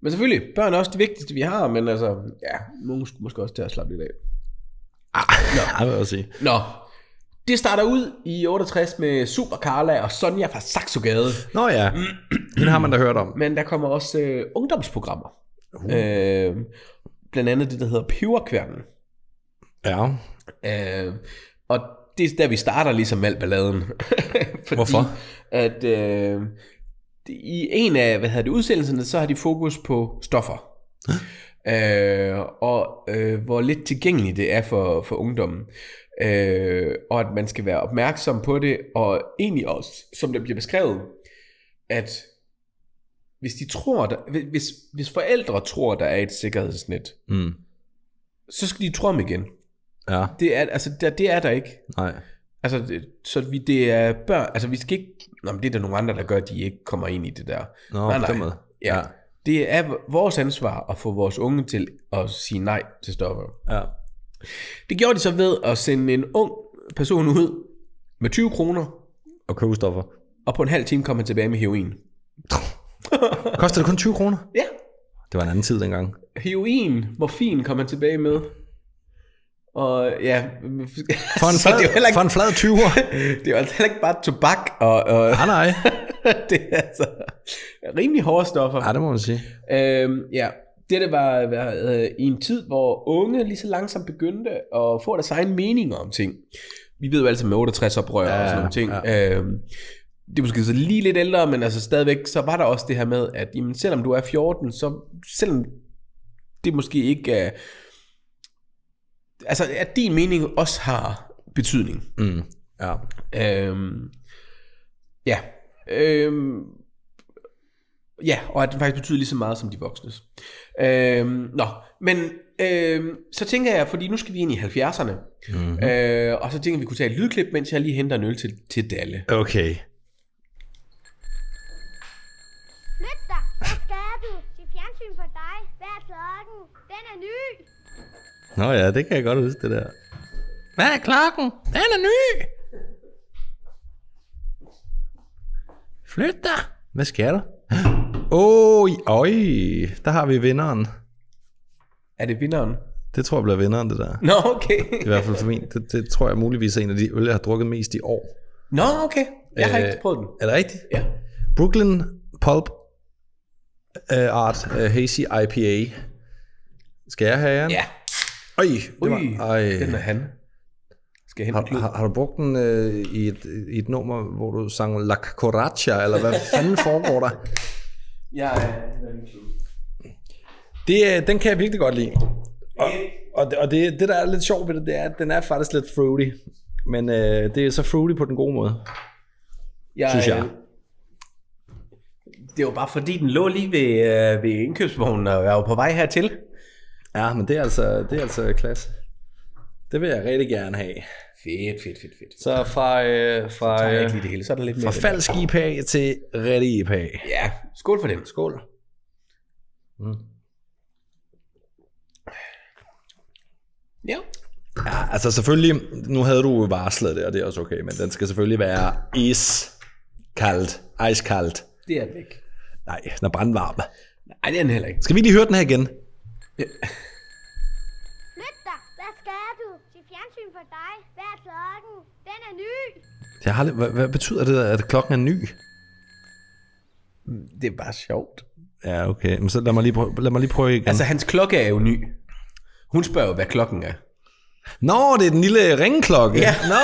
Speaker 2: Men selvfølgelig, børn er også det vigtigste, vi har, men altså, ja, nogen skulle måske også til at slappe lidt af.
Speaker 1: Ja, vil jeg også sige.
Speaker 2: Nå, det starter ud i 68 med Super Carla og Sonja fra Saxogade.
Speaker 1: Nå ja, hende har man da hørt om.
Speaker 2: Men der kommer også øh, ungdomsprogrammer. Uh. Øh, blandt andet det, der hedder Peberkværnen.
Speaker 1: Ja,
Speaker 2: Øh, og det er der, vi starter ligesom med al balladen. Fordi,
Speaker 1: Hvorfor?
Speaker 2: At øh, det- i en af hvad hedder det, udsendelserne, så har de fokus på stoffer. Øh, og øh, hvor lidt tilgængeligt det er for, for ungdommen. Øh, og at man skal være opmærksom på det, og egentlig også, som der bliver beskrevet, at hvis de tror, der, hvis, hvis forældre tror, der er et sikkerhedsnet,
Speaker 1: mm.
Speaker 2: så skal de tro om igen.
Speaker 1: ja,
Speaker 2: Det er, altså, der, det er der ikke.
Speaker 1: nej.
Speaker 2: Altså, det- så vi, det er børn, altså vi skal ikke, nå, men det er der nogle andre, der gør, at de ikke kommer ind i det der.
Speaker 1: Nå, på den måde.
Speaker 2: Ja.
Speaker 1: Ja.
Speaker 2: ja. Det er v- vores ansvar at få vores unge til at sige nej til stoffer.
Speaker 1: Ja.
Speaker 2: Det gjorde de så ved at sende en ung person ud med 20 kroner,
Speaker 1: Og kogestoffer.
Speaker 2: og på en halv time kom han tilbage med heroin.
Speaker 1: Koster det kun 20 kroner?
Speaker 2: Ja,
Speaker 1: Det var en anden tid dengang.
Speaker 2: heroin, morfin kom han tilbage med. Og ja,
Speaker 1: For en
Speaker 2: så
Speaker 1: flad,
Speaker 2: det er jo heller
Speaker 1: for en flad 20'er?
Speaker 2: ikke, det er jo altså heller ikke bare tobak og, og
Speaker 1: Nej, nej.
Speaker 2: det er altså rimelig hårde stoffer.
Speaker 1: Ja, det må man sige.
Speaker 2: Øhm, ja, det der var, var øh, i en tid, hvor unge lige så langsomt begyndte at få deres egen meninger om ting. Vi ved jo altid med 68 oprør ja,
Speaker 1: Ja,
Speaker 2: og sådan nogle ting. Ja. Øhm, det er måske så lige lidt ældre, men altså stadigvæk, så var der også det her med, at jamen, selvom du er 14, så selvom det måske ikke er... Altså, at din mening også har betydning.
Speaker 1: Mm. Ja.
Speaker 2: Øhm, ja. Øhm, ja, og at det faktisk betyder lige så meget som de voksnes. Øhm, nå, men øhm, så tænker jeg, fordi nu skal vi ind i 70'erne,
Speaker 1: Mhm.
Speaker 2: mm-hmm. øh, og så tænker jeg, vi kunne tage et lydklip, mens jeg lige henter en øl til, til Dalle.
Speaker 1: Okay.
Speaker 4: Flyt dig! Hvad skal du? Se fjernsyn for dig. Hvad er klokken? Den er ny!
Speaker 1: Nå ja, det kan jeg godt huske, det der. Hvad er klokken? Den er ny! Flyt dig! Hvad sker der? Åh, oh, øj, der har vi vinderen.
Speaker 2: Er det vinderen?
Speaker 1: Det tror jeg bliver vinderen, det der.
Speaker 2: Nå, okay.
Speaker 1: I hvert fald for min. Det, det tror jeg muligvis er en af de øl, jeg har drukket mest i år.
Speaker 2: Nå, okay. Jeg har
Speaker 1: Øh,
Speaker 2: ikke prøvet den.
Speaker 1: Er det rigtigt?
Speaker 2: Ja.
Speaker 1: Brooklyn Pulp uh, Art uh, Hazy IPA. Skal jeg have æren?
Speaker 2: Ja.
Speaker 1: Øj, det
Speaker 2: Ui,
Speaker 1: var, ej,
Speaker 2: den er han. Skal jeg
Speaker 1: Har,
Speaker 2: hente har,
Speaker 1: har, har du brugt den øh, i, et, i et nummer, hvor du sang La Cucaracha, eller hvad fanden foregår der?
Speaker 2: Ja,
Speaker 1: Det, øh, den kan jeg virkelig godt lide. Og, og, det- og det, det, der er lidt sjovt ved det, det er, at den er faktisk lidt fruity. Men øh, det er så fruity på den gode måde.
Speaker 2: jeg,
Speaker 1: Synes jeg.
Speaker 2: Det var bare fordi, den lå lige ved, øh, ved indkøbsvognen, og jeg var på vej hertil.
Speaker 1: Ja, men det er altså, det er altså klasse. Det vil jeg rigtig gerne have.
Speaker 2: Fedt, fedt, fedt, fedt.
Speaker 1: Så fra, øh, fra,
Speaker 2: Ej, jeg
Speaker 1: øh,
Speaker 2: ikke lige det hele, så er der lidt
Speaker 1: fra
Speaker 2: mere.
Speaker 1: falsk IPA til rigtig IPA.
Speaker 2: Ja, skål for dem. Skål. Mm. Ja.
Speaker 1: Ja, altså selvfølgelig, nu havde du jo varslet det, og det er også okay, men den skal selvfølgelig være iskaldt, iskaldt.
Speaker 2: Det er den ikke.
Speaker 1: Nej, den er brandvarm.
Speaker 2: Nej, det er den heller ikke.
Speaker 1: Skal vi lige høre den her igen?
Speaker 4: Flyt dig. Hvad skal du? Se fjernsyn for dig. Hvad er klokken? Den er ny.
Speaker 1: Jeg har, lidt- hvad, hvad betyder det, at klokken er ny?
Speaker 2: Det er bare sjovt.
Speaker 1: Ja, okay. Men så lad mig lige prøve, lad mig lige prøve igen.
Speaker 2: Mm.
Speaker 1: Altså,
Speaker 2: Altså, hans klokke er jo ny. Hun spørger jo, hvad klokken er.
Speaker 1: Nå, det er den lille ringklokke.
Speaker 2: Ja.
Speaker 1: Nå.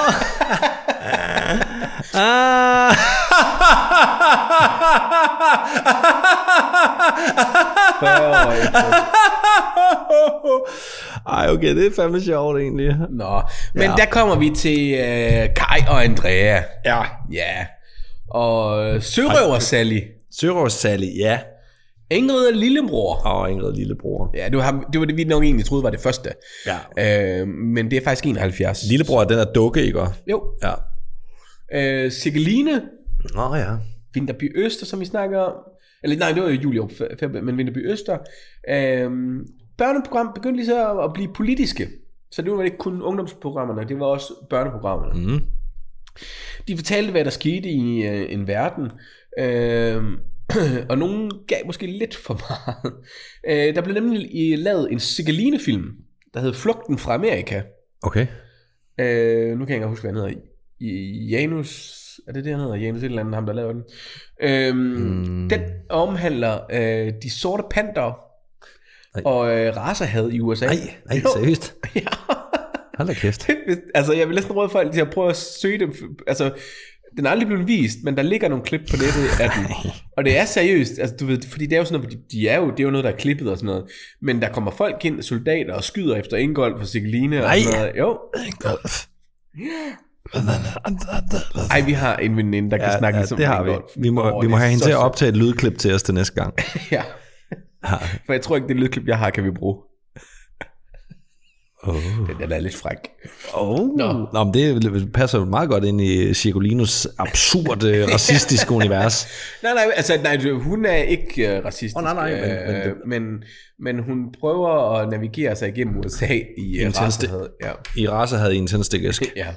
Speaker 1: ah. Ej, okay, det er fandme sjovt egentlig.
Speaker 2: Nå, men ja. der kommer vi til øh, Kai og Andrea.
Speaker 1: Ja.
Speaker 2: Ja. Og øh, Sørøver Sally.
Speaker 1: Sørøvssalli, ja.
Speaker 2: Ingrid er lillebror.
Speaker 1: Og Ingrid Lillebror.
Speaker 2: Ja, det var, ham, det var det, vi nok egentlig troede var det første.
Speaker 1: Ja.
Speaker 2: Øh, men det er faktisk 71.
Speaker 1: Lillebror, den er dukke, ikke?
Speaker 2: Jo.
Speaker 1: Ja.
Speaker 2: Øh, Cirkeline,
Speaker 1: Nå ja.
Speaker 2: Vinterby Øster, som vi snakker om. Eller nej, det var jo Julie F- F- men Vinterby Øster. Øhm, børneprogram begyndte lige så at blive politiske. Så det var ikke kun ungdomsprogrammerne, det var også børneprogrammerne.
Speaker 1: Mm.
Speaker 2: De fortalte, hvad der skete i øh, en verden. Øhm, og nogen gav måske lidt for meget. Øh, der blev nemlig i- lavet en Cigaline-film, der hed Flugten fra Amerika.
Speaker 1: Okay.
Speaker 2: Øh, nu kan jeg ikke huske, hvad han hedder. I- Janus... Er det det, han hedder? Janus et eller andet, ham der laver den. Øhm,
Speaker 1: Mm.
Speaker 2: mm. Den omhandler øh, de sorte panter
Speaker 1: Ej.
Speaker 2: og øh, racerhad i USA.
Speaker 1: Nej, nej,
Speaker 2: Jo.
Speaker 1: seriøst.
Speaker 2: Ja.
Speaker 1: Hold da kæft.
Speaker 2: altså, jeg vil næsten råde folk til at prøve at søge dem. Altså, den er aldrig blevet vist, men der ligger nogle klip på nettet af den. Og det er seriøst, altså, du ved, fordi det er jo sådan noget, de er jo, det er jo noget, der er klippet og sådan noget. Men der kommer folk ind, soldater, og skyder efter Ingolf og Sigeline og
Speaker 1: Nej.
Speaker 2: sådan noget. Jo, Ej, vi har en veninde, der kan
Speaker 1: Ja,
Speaker 2: snakke
Speaker 1: ja,
Speaker 2: ligesom
Speaker 1: det har vi.
Speaker 2: Rick Rolf.
Speaker 1: Vi må, vi
Speaker 2: Åh, det
Speaker 1: må
Speaker 2: er
Speaker 1: have hende
Speaker 2: så
Speaker 1: til at
Speaker 2: sødt.
Speaker 1: optage et lydklip til os til næste gang.
Speaker 2: Ja.
Speaker 1: Ja.
Speaker 2: For jeg tror ikke, det lydklip, jeg har, kan vi bruge.
Speaker 1: Oh.
Speaker 2: Den, den er lidt fræk.
Speaker 1: Oh. Nå. Nå, men det passer jo meget godt ind i Circolinos absurde, racistiske univers.
Speaker 2: Nej, nej, altså, nej, du- hun er ikke øh, racistisk.
Speaker 1: Åh, nej, nej, men-
Speaker 2: øh,
Speaker 1: men det-
Speaker 2: men, men hun prøver at navigere sig igennem USA i øh,
Speaker 1: Intens-
Speaker 2: racerhed. Ja.
Speaker 1: I raser havde I en tændstikæsk.
Speaker 2: ja.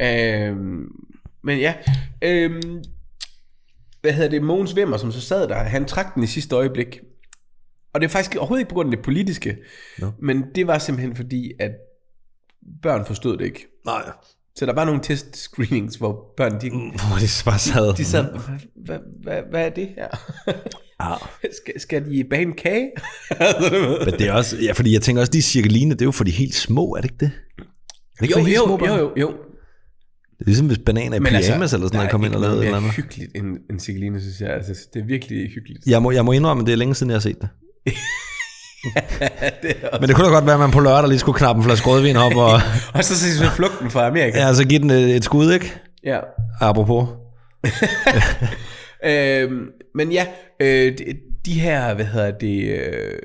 Speaker 2: Øhm, men ja, øhm, hvad hedder det, Mogens Vemmer, som så sad der, han trak den i sidste øjeblik. Og det er faktisk overhovedet ikke på grund af det politiske,
Speaker 1: Nå.
Speaker 2: men det var simpelthen fordi, at børn forstod det ikke.
Speaker 1: Nej,
Speaker 2: Så der var nogle testscreenings, hvor børn, de,
Speaker 1: hvor de bare sad.
Speaker 2: de sad,
Speaker 1: Mm.
Speaker 2: hvad, hvad, hvad er det her?
Speaker 1: Ja.
Speaker 2: skal, skal de bage en kage? Altså, du ved.
Speaker 1: Ah. Men det er også, ja, fordi jeg tænker også, de cirkeline, det er jo for de helt små, er det ikke det? Er det ikke
Speaker 2: jo,
Speaker 1: for helt små
Speaker 2: jo,
Speaker 1: børn?
Speaker 2: jo, jo, jo.
Speaker 1: Det er ligesom hvis bananer i pyjamas eller sådan
Speaker 2: der
Speaker 1: noget
Speaker 2: er
Speaker 1: kom ind
Speaker 2: ikke
Speaker 1: og lavede et
Speaker 2: noget
Speaker 1: eller
Speaker 2: mere
Speaker 1: andet.
Speaker 2: hyggeligt end, end Cigeline, synes jeg. Altså, det er virkelig hyggeligt.
Speaker 1: Jeg må, jeg må indrømme, at det er længe siden, jeg har set det.
Speaker 2: Ja, det er også.
Speaker 1: Men det kunne da godt være, at man på lørdag lige skulle knappe en flaske rødvin op og
Speaker 2: Og så ses vi flugten fra Amerika.
Speaker 1: ja, så give den et, et skud, ikke?
Speaker 2: ja.
Speaker 1: Apropos.
Speaker 2: Øhm, men ja, øh, de, de her, hvad hedder det, øh,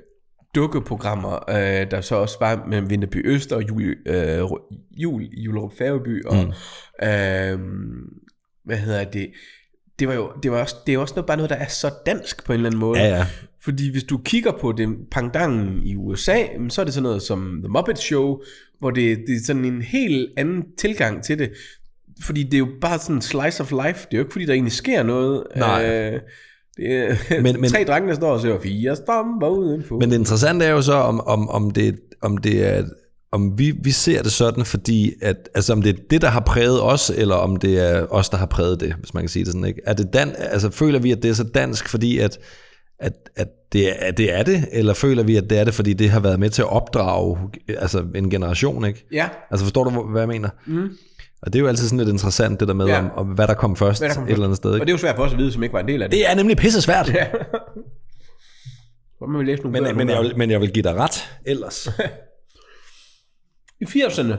Speaker 2: dukkeprogrammer, øh, der så også var med Vinterby Øster og Jul, øh, Ru- Jul i Julerup Færøby, og mm. øhm, hvad hedder det, det var jo det var også, det er også noget, bare noget, der er så dansk på en eller anden måde.
Speaker 1: Ja, ja.
Speaker 2: Fordi hvis du kigger på den pangdangen i USA, jamen, så er det sådan noget som The Muppet Show, hvor det, det er sådan en helt anden tilgang til det. Fordi det er jo bare sådan en slice of life. Det er jo ikke, fordi der egentlig sker noget.
Speaker 1: Nej.
Speaker 2: Øh, det er
Speaker 1: Men-
Speaker 2: men,
Speaker 1: men-
Speaker 2: men, tre drenge, der står og søger fire stamper udenfor.
Speaker 1: Men det interessante er jo så, om, om, om, det, om det er om vi, vi ser det sådan, fordi at, altså om det er det, der har præget os, eller om det er os, der har præget det, hvis man kan sige det sådan, ikke? Er det dan, altså føler vi, at det er så dansk, fordi at, at, at det er, det er det, eller føler vi, at det er det, fordi det har været med til at opdrage altså en generation, ikke?
Speaker 2: Ja.
Speaker 1: Altså forstår du, hvor- hvad jeg mener? Mm. Og det er jo altid sådan lidt interessant, det der med,
Speaker 2: Ja.
Speaker 1: ja. om, om, hvad der kom først
Speaker 2: Hvad der kom
Speaker 1: et eller andet sted.
Speaker 2: Og
Speaker 1: Ikke?
Speaker 2: det er jo svært for os at vide, som ikke var en del af det.
Speaker 1: Det er nemlig pisse svært. Ja,
Speaker 2: Hvor man vil læse nogle bøger
Speaker 1: men, men,
Speaker 2: nogle
Speaker 1: jeg,
Speaker 2: gange.
Speaker 1: vil- men jeg vil give dig ret ellers.
Speaker 2: I 80'erne,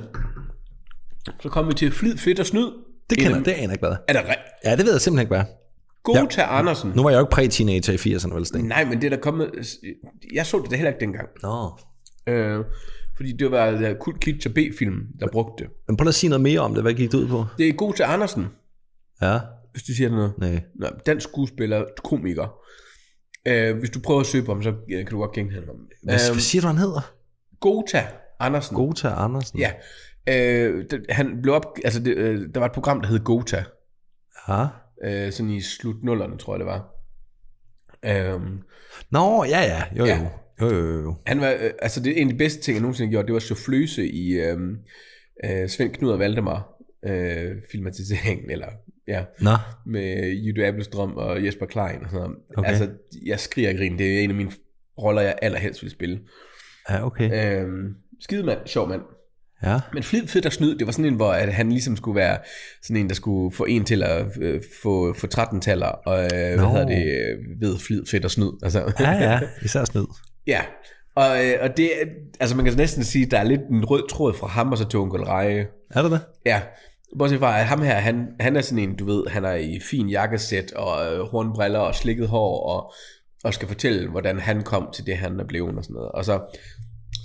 Speaker 2: så kom vi til flid, fedt og snyd.
Speaker 1: Det
Speaker 2: En
Speaker 1: kender
Speaker 2: af-
Speaker 1: det aner jeg ikke, hvad er.
Speaker 2: Er der re-
Speaker 1: Ja, det ved jeg simpelthen ikke, hvad er.
Speaker 2: Gota ja. Andersen?
Speaker 1: Nu var jeg jo ikke præ-teenager i 80'erne, vel, Sten?
Speaker 2: Nej, men det er der kommet... Jeg så det da heller ikke dengang.
Speaker 1: Nå.
Speaker 2: Øh, fordi det var uh, Kult Kitsch og B-film, der brugte det.
Speaker 1: Men prøv lige at sige noget mere om det. Hvad gik det ud på?
Speaker 2: Det er Gota Andersen,
Speaker 1: Ja,
Speaker 2: hvis du siger det noget.
Speaker 1: nej.
Speaker 2: Nå, dansk skuespiller, komiker. Øh, hvis du prøver at søge på ham, så øh, kan du godt genkende ham.
Speaker 1: Hvad,
Speaker 2: Øh,
Speaker 1: hvad siger du, han hedder?
Speaker 2: Gota Andersen.
Speaker 1: Gota Andersen?
Speaker 2: Ja. Øh, det, han blev op, altså det, øh, der var et program, der hed Gota,
Speaker 1: ja.
Speaker 2: øh, sådan i slut nullerne, tror jeg det var. Øhm,
Speaker 1: Nå, ja, ja. Jo,
Speaker 2: Ja.
Speaker 1: jo. Jo, jo, jo.
Speaker 2: han var, øh, altså det er en af de bedste ting, jeg nogensinde har gjort, det var Souffløse i øh, øh, Svend Knud og Valdemar øh, filmatiseringen, eller ja,
Speaker 1: Nå,
Speaker 2: med Jytte Appelstrøm og Jesper Klein og sådan noget.
Speaker 1: Okay.
Speaker 2: Altså, jeg skriger af grin, det er en af mine roller, jeg allerhelst vil spille.
Speaker 1: ja, okay.
Speaker 2: Øhm, skide mand, sjov mand.
Speaker 1: Ja.
Speaker 2: Men flid, fedt og snyd, det var sådan en, hvor at han ligesom skulle være sådan en, der skulle få en til at øh, få, få 13-taller, og øh, hvad
Speaker 1: Nå.
Speaker 2: hedder det, øh, ved flid, fedt og snyd. Altså.
Speaker 1: Ja, ja. Især snyd.
Speaker 2: ja. Og, øh, og det, er- altså man kan næsten sige, der er lidt en rød tråd fra ham og så til onkel Reje.
Speaker 1: Er det det?
Speaker 2: Ja, bortset fra, at ham her, han, han er sådan en, du ved, han er i fin jakkesæt og øh, hornbriller og slikket hår og, og skal fortælle, hvordan han kom til det, han er blevet og sådan noget. Og så,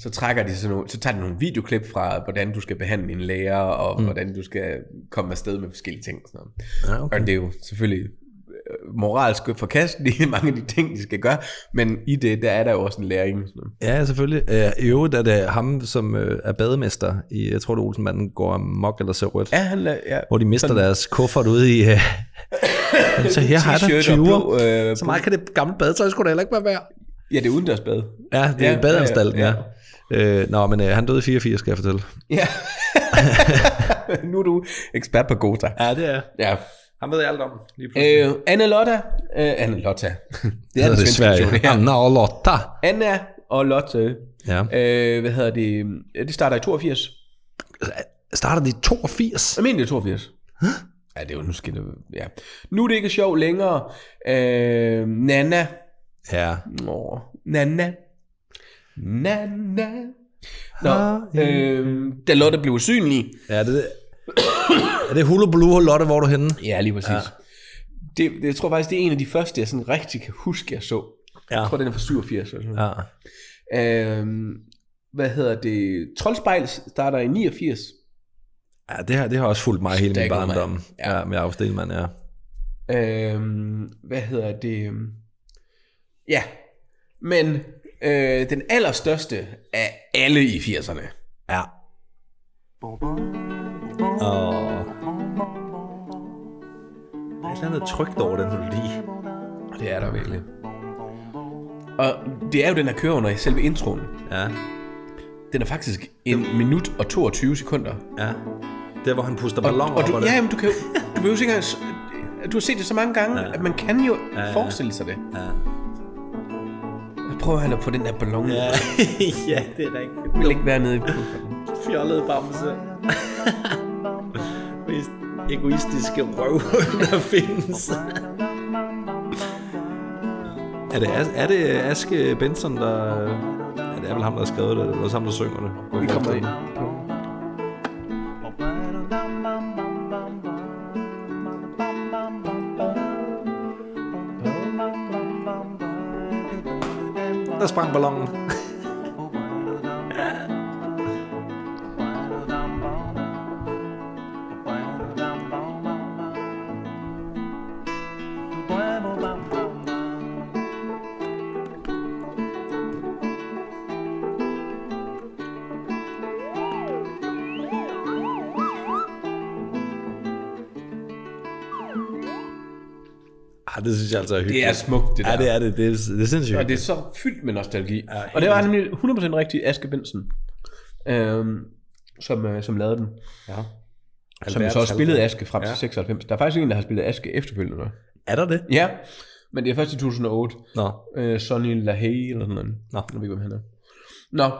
Speaker 2: så trækker de sådan nogle, så tager de nogle videoklip fra, hvordan du skal behandle din lærer og mm. Ah, hvordan du skal komme afsted med forskellige ting og sådan noget.
Speaker 1: Ja,
Speaker 2: Og det er jo selvfølgelig øh, moralsk forkasteligt, mange af de ting, de skal gøre, men i det, der er der jo også en læring. og Sådan noget.
Speaker 1: Ja, selvfølgelig. Øh, I øvrigt er det ham, som øh, er bademester i, jeg tror det er Olsenmanden, går amok eller ser rødt.
Speaker 2: Ja, han er, ja.
Speaker 1: Hvor de mister sådan. deres kuffert ude i... Øh, så her har der
Speaker 2: T-shirt og
Speaker 1: 20'er.
Speaker 2: blå, øh,
Speaker 1: Så meget kan det gamle badetøj skulle da heller ikke være værd.
Speaker 2: Ja, det er udendørsbad.
Speaker 1: Ja, det er
Speaker 2: Ja,
Speaker 1: ja, badeanstalten,
Speaker 2: ja,
Speaker 1: ja. ja. Øh, nå, men øh, han døde i 84, skal jeg fortælle.
Speaker 2: Ja. nu er du ekspert på Gota.
Speaker 1: Ja, det er.
Speaker 2: Ja.
Speaker 1: Han ved alt om. Lige
Speaker 2: Øh, Anna Lotta. Øh, Anna Lotta.
Speaker 1: det er det
Speaker 2: den svenske version,
Speaker 1: Sverige.
Speaker 2: ja.
Speaker 1: Anna og Lotta.
Speaker 2: Anna og Lotte.
Speaker 1: Ja.
Speaker 2: Øh, hvad hedder det? Det starter i 82.
Speaker 1: Starter de i 82?
Speaker 2: Jeg mener, det er 82. Ja, det er jo nu skal det, ja. Nu er det ikke sjov længere. Øh, Nana.
Speaker 1: Ja.
Speaker 2: Nå, Nana. Nana. Nå,
Speaker 1: Har-
Speaker 2: øh, da Lotte blev usynlig.
Speaker 1: Ja, det er det Hulu Blue og Lotte, hvor er du henne?
Speaker 2: Ja, lige præcis. Ja. Det, det, jeg tror faktisk, det er en af de første, jeg sådan rigtig kan huske, jeg så.
Speaker 1: Ja.
Speaker 2: Jeg tror, den er fra 87 eller sådan noget.
Speaker 1: Ja.
Speaker 2: Ja. Øhm, hvad hedder det? Troldspejl starter i 89.
Speaker 1: Ja, det her det har også fulgt mig hele min
Speaker 2: Stakkelmand.
Speaker 1: barndom.
Speaker 2: Ja.
Speaker 1: Ja, ja med Jacob Stegelmann, ja.
Speaker 2: Øhm, hvad hedder det? Ja, men øh, den allerstørste af alle i 80'erne.
Speaker 1: Ja. Og... Der er et eller andet trygt over den melodi.
Speaker 2: Det er der virkelig. Og det er jo den, der kører under i selve introen.
Speaker 1: Ja,
Speaker 2: Den er faktisk en minut og 22 sekunder.
Speaker 1: ja. Der, hvor han puster
Speaker 2: Og,
Speaker 1: balloner
Speaker 2: og
Speaker 1: op
Speaker 2: du,
Speaker 1: det.
Speaker 2: ja, men du kan jo, du behøver ikke engang, s- du har set det så mange gange, ja. at man kan jo ja. forestille sig det.
Speaker 1: Ja.
Speaker 2: Jeg prøver han at få den der ballon. Ja.
Speaker 1: ja, det er rigtigt.
Speaker 2: vil ikke være nede i
Speaker 1: Fjollede bamse. Mest egoistiske røvhul, der findes. er, det, As- er det Aske Benson, der... Ja, det er vel ham, der har skrevet det. Det er også ham, der synger det.
Speaker 2: Vi kommer ind.
Speaker 1: Der sprang ballonen. Ah, det synes jeg altså er hyggeligt.
Speaker 2: Det er smukt, det der.
Speaker 1: Ja, det er det. Det er, det er sindssygt.
Speaker 2: Og det er så fyldt med nostalgi.
Speaker 1: Ja,
Speaker 2: og det var nemlig 100% rigtig Aske Benson, øhm, som, øh, som lavede den.
Speaker 1: Ja.
Speaker 2: Som jo så også spillede Aske frem
Speaker 1: Ja.
Speaker 2: til 96. Der er faktisk en, der har spillet Aske efterfølgende.
Speaker 1: Er der det?
Speaker 2: Ja, Men det er først i 2008.
Speaker 1: Nå.
Speaker 2: Øh, Sonny LaHaye eller sådan noget.
Speaker 1: Nå.
Speaker 2: Jeg ved ikke, hvem han er. Nå.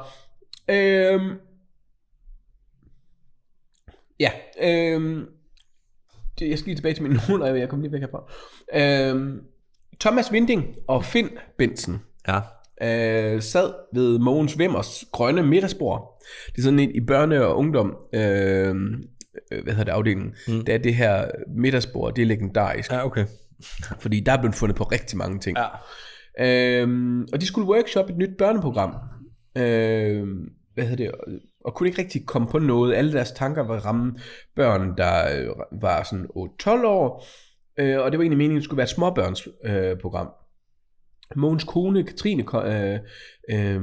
Speaker 2: Øhm. Ja. Øhm. Det, jeg skal lige tilbage til min noter, og jeg kom lige væk herfra. Øhm. Thomas Vinding og Finn Bensen
Speaker 1: Ja.
Speaker 2: øh, sad ved Mogens Vemmers grønne middagsbord. Det er sådan en i børne- og ungdom, øh, øh, hvad hedder det, afdelingen, mm. der er det her middagsbord, det er legendarisk, ja.
Speaker 1: Ja, okay.
Speaker 2: fordi der er blevet fundet på rigtig mange ting. Ja. Øh, og de skulle workshop et nyt børneprogram. Øh, hvad hedder det, og- og kunne ikke rigtig komme på noget. Alle deres tanker var at ramme børn, der øh, var sådan 8-12 år, øh, og det var egentlig meningen, at det skulle være et småbørnsprogram. Øh, program. Mogens kone, Katrine, ko- øh, øh,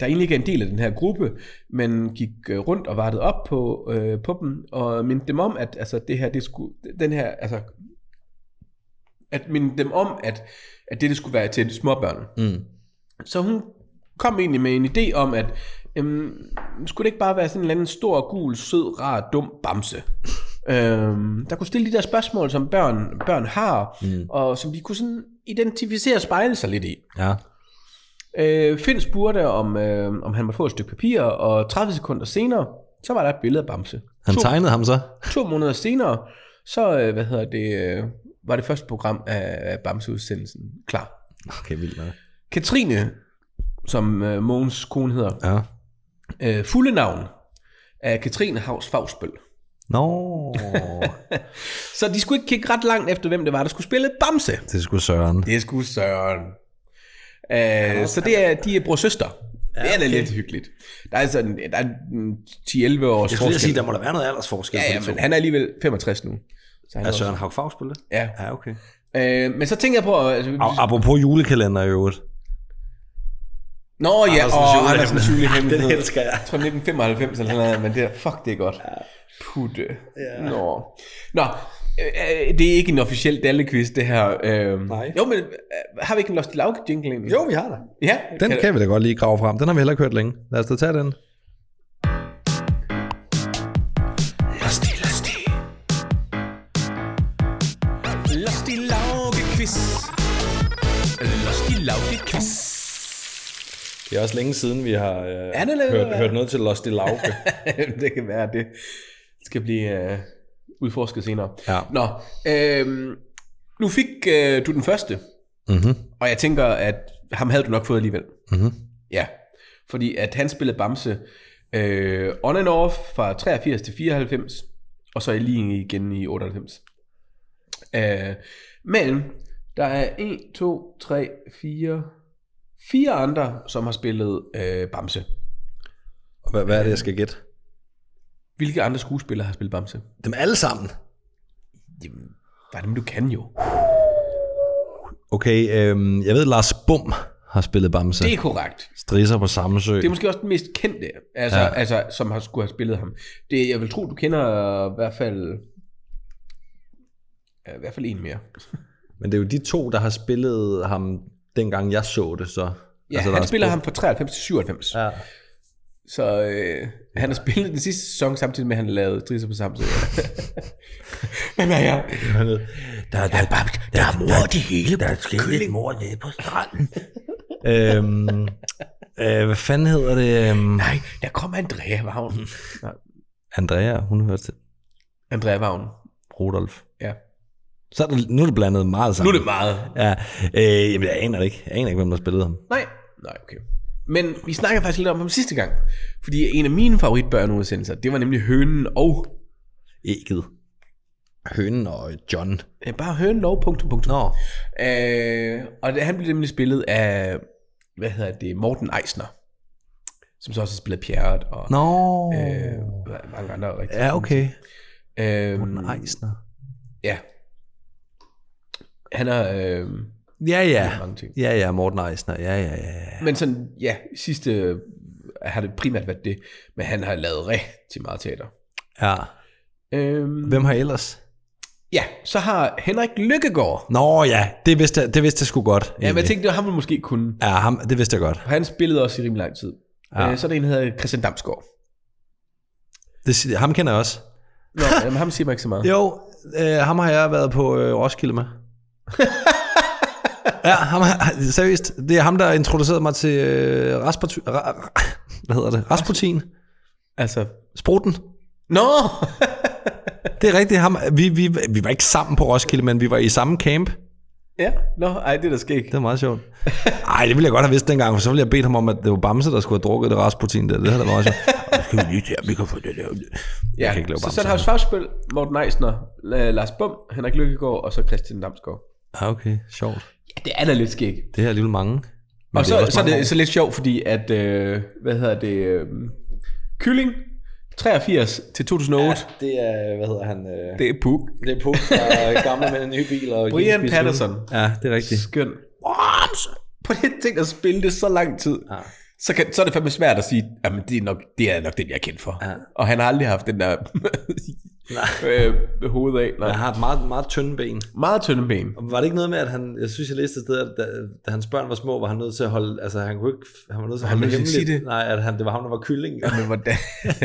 Speaker 2: der egentlig ikke er en del af den her gruppe, men gik øh, rundt og vartede op på, øh, på dem, og mindte dem om, at altså, det her, det skulle, den her, altså, at minde dem om, at, at det, det skulle være til småbørn.
Speaker 1: Mm.
Speaker 2: Så hun kom egentlig med en idé om, at øhm, skulle det ikke bare være sådan en eller anden stor, gul, sød, rar, dum bamse? øhm, der kunne stille de der spørgsmål, som børn, børn har, mm. og som de kunne sådan identificere og spejle sig lidt i.
Speaker 1: Ja.
Speaker 2: Øh, Finn spurgte, om, øh, om han måtte få et stykke papir, og 30 sekunder senere, så var der et billede af Bamse.
Speaker 1: Han
Speaker 2: to,
Speaker 1: tegnede ham så?
Speaker 2: to måneder senere, så øh, hvad hedder det, øh, var det første program af af Bamse-udsendelsen klar.
Speaker 1: Okay, vildt nok.
Speaker 2: Katrine, som øh, Mogens kone hedder,
Speaker 1: Ja.
Speaker 2: øh, fulde navn af Katrine Havs Fagsbøl.
Speaker 1: Nå,
Speaker 2: Så de skulle ikke kigge ret langt efter, hvem det var, der skulle spille Bamse.
Speaker 1: det skulle Søren.
Speaker 2: Det skulle Søren. Øh, så det er, de er bror og søster. Ja, det er da lidt hyggeligt. Der er sådan der er en 10-11 års
Speaker 1: Jeg skulle lige
Speaker 2: forskel.
Speaker 1: sige, der må der være noget aldersforskel
Speaker 2: ja,
Speaker 1: på
Speaker 2: ja,
Speaker 1: de to.
Speaker 2: men han er alligevel 65 nu. Så han
Speaker 1: Er
Speaker 2: også-
Speaker 1: Søren Haug Fav spillet?
Speaker 2: Ja.
Speaker 1: Ja, okay.
Speaker 2: Øh, men så tænker jeg på... Altså,
Speaker 1: A- apropos julekalender i øvrigt.
Speaker 2: Nå ja,
Speaker 1: Andersens
Speaker 2: og
Speaker 1: jule-
Speaker 2: Andersen Syle Hemmelighed.
Speaker 1: Den elsker jeg.
Speaker 2: Jeg tror 1995 eller sådan noget, men det er, fuck, det er godt. Putte. Nå. Nå, øh, øh, det er ikke en officiel dallequiz, det her. Øh,
Speaker 1: Nej.
Speaker 2: Jo, men øh, har vi ikke en Lost Laug jingle egentlig?
Speaker 1: vi har det.
Speaker 2: Ja.
Speaker 1: Den kan vi da godt lige grave frem. Den har vi heller ikke hørt længe. Lad os da tage den.
Speaker 2: Lusty, lusty. Lusty Lauge-quiz. Lusty Lauge-quiz.
Speaker 1: Det er også længe siden, vi har øh,
Speaker 2: Er det lidt-
Speaker 1: hørt, hørt noget til Lost i Lauke.
Speaker 2: det kan være, at det skal blive øh, udforsket senere.
Speaker 1: Ja.
Speaker 2: Nå, øh, nu fik øh, du den første,
Speaker 1: mm-hmm.
Speaker 2: og jeg tænker, at ham havde du nok fået alligevel.
Speaker 1: Mhm.
Speaker 2: Ja, fordi at han spillede Bamse øh, on and off fra 83 til 94, og så lige igen i 98. Øh, men der er 1, 2, 3, 4, fire andre, som har spillet øh, Bamse.
Speaker 1: Hvad, hvad er det, jeg skal gætte?
Speaker 2: Hvilke andre skuespillere har spillet Bamse?
Speaker 1: Dem alle sammen.
Speaker 2: Jamen, bare dem du kan jo.
Speaker 1: Okay, øhm, jeg ved, Lars Bum har spillet Bamse.
Speaker 2: Det er korrekt.
Speaker 1: Strisser på Samsø.
Speaker 2: Det er måske også den mest kendte, altså, ja.
Speaker 1: Ja.
Speaker 2: altså, som har skulle have spillet ham. Det, jeg vil tro, du kender øh, i hvert fald... ja, I hvert fald en mere.
Speaker 1: Men det er jo de to, der har spillet ham, dengang jeg så det, så.
Speaker 2: Ja, altså, han spiller ham fra 93 til 97. Ja.
Speaker 1: Ja.
Speaker 2: Så øh, han har spillet den sidste sæson, samtidig med, at han lavede Trisser på samme tid. Hvem er jeg?
Speaker 1: Der, der, der, der er mor det hele. Der er sket mor nede på stranden. øhm, øh, hvad fanden hedder det? Øhm,
Speaker 2: Nej, der kom Andrea Vagn. Nej,
Speaker 1: Andrea, hun hørte til
Speaker 2: Andrea Vagn.
Speaker 1: Rudolf.
Speaker 2: Ja.
Speaker 1: Så er det, nu er det blandet meget
Speaker 2: Nu
Speaker 1: sammen.
Speaker 2: er det meget.
Speaker 1: Ja, øh, jamen, jeg aner det ikke. Jeg aner ikke, hvem der spillede ham.
Speaker 2: Nej. Nej, okay. Men vi snakkede faktisk lidt om ham sidste gang. Fordi en af mine favoritbørneudsendelser, det var nemlig Hønen og
Speaker 1: Ægget. Hønen og John.
Speaker 2: Ja, bare hønen lov, punktum, punktum.
Speaker 1: Nå,
Speaker 2: Øh, og det, han blev nemlig spillet af, hvad hedder det, Morten Eisner, som så også har spillet Pjerret og
Speaker 1: Nå.
Speaker 2: øh, mange andre rigtig.
Speaker 1: ja, okay.
Speaker 2: Øh,
Speaker 1: Morten Eisner.
Speaker 2: Ja. Han har øh,
Speaker 1: Ja, ja.
Speaker 2: mange ting.
Speaker 1: Ja, ja, Morten Eisner. Ja, ja, ja. ja.
Speaker 2: Men sådan, ja, sidste øh, har det primært været det, men han har lavet rigtig meget teater.
Speaker 1: ja.
Speaker 2: Øhm,
Speaker 1: Hvem har ellers?
Speaker 2: ja, så har Henrik Lykkegaard.
Speaker 1: Nå ja, det vidste jeg, det vidste jeg sgu godt.
Speaker 2: Ja, men jeg
Speaker 1: egentlig.
Speaker 2: tænkte, det var ham, man måske kunne.
Speaker 1: Ja, ham, det vidste jeg godt.
Speaker 2: Han spillede også i rimelig lang tid.
Speaker 1: Ja.
Speaker 2: Ja. Øh, så er der en, der hedder Christian Damsgaard.
Speaker 1: Det, siger- ham kender jeg også.
Speaker 2: Nå, jamen, ham siger mig ikke så meget.
Speaker 1: Jo, øh, ham har jeg været på øh, Roskilde med. Ja, ham, er- seriøst. Det er ham, der introducerede mig til øh, Rasputin. Ra, ra- hvad hedder det? Rasputin.
Speaker 2: Altså...
Speaker 1: Spruten.
Speaker 2: Nå!
Speaker 1: Det er rigtigt ham. Vi, vi, vi var ikke sammen på Roskilde, men vi var i samme camp.
Speaker 2: ja, nå, ej, det er da skægt.
Speaker 1: Det var meget sjovt. Ej, det ville jeg godt have vidst dengang, for så ville jeg bedt ham om, at det var Bamse, der skulle have drukket det Rasputin der. Det havde da været meget sjovt. Og så Skal vi lige til, om vi kan få det lavet. Ja, jeg kan ikke lave
Speaker 2: så
Speaker 1: Bamse.
Speaker 2: sådan har vi fagspil, Morten Eisner, La- Lars Bum, Henrik Lykkegaard og så Christian Damsgaard.
Speaker 1: Ah, okay. Sjovt.
Speaker 2: Ja, det er da lidt skægt.
Speaker 1: Det her er alligevel mange. Men
Speaker 2: Og
Speaker 1: er
Speaker 2: så,
Speaker 1: også
Speaker 2: så er
Speaker 1: mange
Speaker 2: det så lidt sjovt, fordi at, øh, hvad hedder det, øh, Kylling, 83 til 2008, ja.
Speaker 1: år. Det er, hvad hedder han? Øh,
Speaker 2: det er Puk.
Speaker 1: det er Puk fra Gamle med en ny bil. Og
Speaker 2: Brian Patterson,
Speaker 1: Ja, det er rigtigt.
Speaker 2: skøn. På det ting at spille det så lang tid, ja.
Speaker 1: Ja.
Speaker 2: så, kan, så er det fandme svært at sige, jamen det er nok, det er nok den, jeg er kendt for.
Speaker 1: Ja.
Speaker 2: Og han har aldrig haft den der øh, hoved af. Nej.
Speaker 1: Han har et meget, meget tynde ben.
Speaker 2: Meget tynde ben.
Speaker 1: Var det ikke noget med, at han, jeg synes, jeg læste et sted, at da, da hans børn var små, var han nødt til at holde, altså han kunne ikke, han var nødt til at
Speaker 2: Han
Speaker 1: holde det
Speaker 2: ville ikke
Speaker 1: hemmeligt.
Speaker 2: sige det.
Speaker 1: Nej, at han, det var ham, der var kylling.
Speaker 2: Men hvordan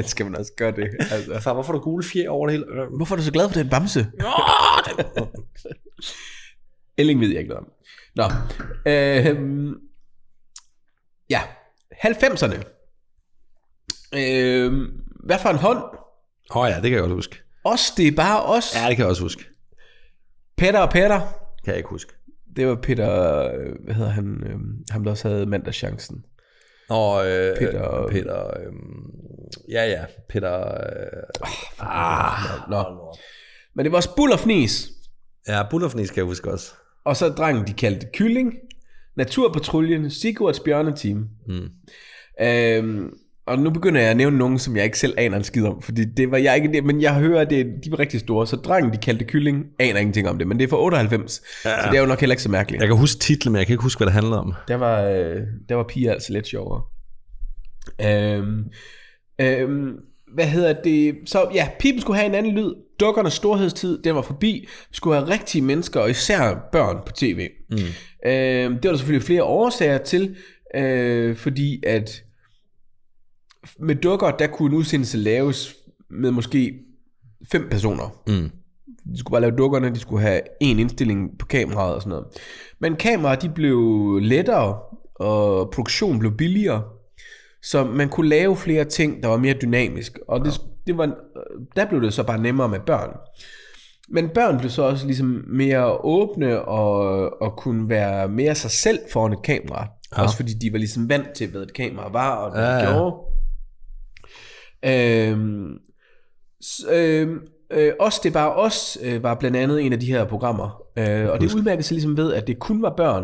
Speaker 2: skal man også gøre det? Altså.
Speaker 1: Far, hvorfor er der gule fjer over det hele? Øh,
Speaker 2: Hvorfor er du så glad for den bamse? Elling ved jeg ikke noget om. Nå. Øhm, ja. 90'erne. Øhm, hvad for en hånd?
Speaker 1: Åh oh, ja, det kan jeg godt huske.
Speaker 2: Os, det er bare os.
Speaker 1: Ja,
Speaker 2: Ja.
Speaker 1: det kan jeg også huske.
Speaker 2: Peter og Peter.
Speaker 1: Kan jeg ikke huske.
Speaker 2: Det var Peter, øh, hvad hedder han, øhm, ham der også havde mandagschancen.
Speaker 1: Og øh,
Speaker 2: Peter-
Speaker 1: Peter øh, ja, ja. Peter... Øh,
Speaker 2: Ah, nå. Men det var også Bull og Fnis.
Speaker 1: ja, Bullerfnis kan jeg huske også.
Speaker 2: Og så drengen, de kaldte Kylling, Naturpatruljen, Sigurds Bjørneteam.
Speaker 1: Mm.
Speaker 2: Øhm, og nu begynder jeg at nævne nogen, som jeg ikke selv aner en skid om, fordi det var jeg ikke det, men jeg hører, at det, de var rigtig store, så drengen, de kaldte Kylling, aner ingenting om det, men det er fra 98, ja. så det er jo nok heller ikke så mærkeligt.
Speaker 1: Jeg kan huske titlen, men jeg kan ikke huske, hvad det handler om.
Speaker 2: Der var, øh, der var piger altså lidt sjovere. Øhm, øhm, hvad hedder det? Så ja, pipen skulle have en anden lyd. Dukkernes storhedstid, den var forbi. Vi skulle have rigtige mennesker, og især børn på tv. Mm. Øhm, det var der selvfølgelig flere årsager til, øh, fordi at med dukker, der kunne en udsendelse laves med måske fem personer.
Speaker 1: Mm.
Speaker 2: De skulle bare lave dukkerne, de skulle have en indstilling på kameraet og sådan noget. Men kameraer, de blev lettere, og produktionen blev billigere, så man kunne lave flere ting, der var mere dynamisk. Og det, det var, der blev det så bare nemmere med børn. Men børn blev så også ligesom mere åbne og, og kunne være mere sig selv foran et kamera. Ja.
Speaker 1: Ja.
Speaker 2: Også fordi de var ligesom vant til, hvad et kamera var og hvad
Speaker 1: Ja,
Speaker 2: det
Speaker 1: ja.
Speaker 2: gjorde. Øhm, s- øhm, øh, os, det er bare os, øh, var blandt andet en af de her programmer. Øh, og det udmærkede sig ligesom ved, at det kun var børn,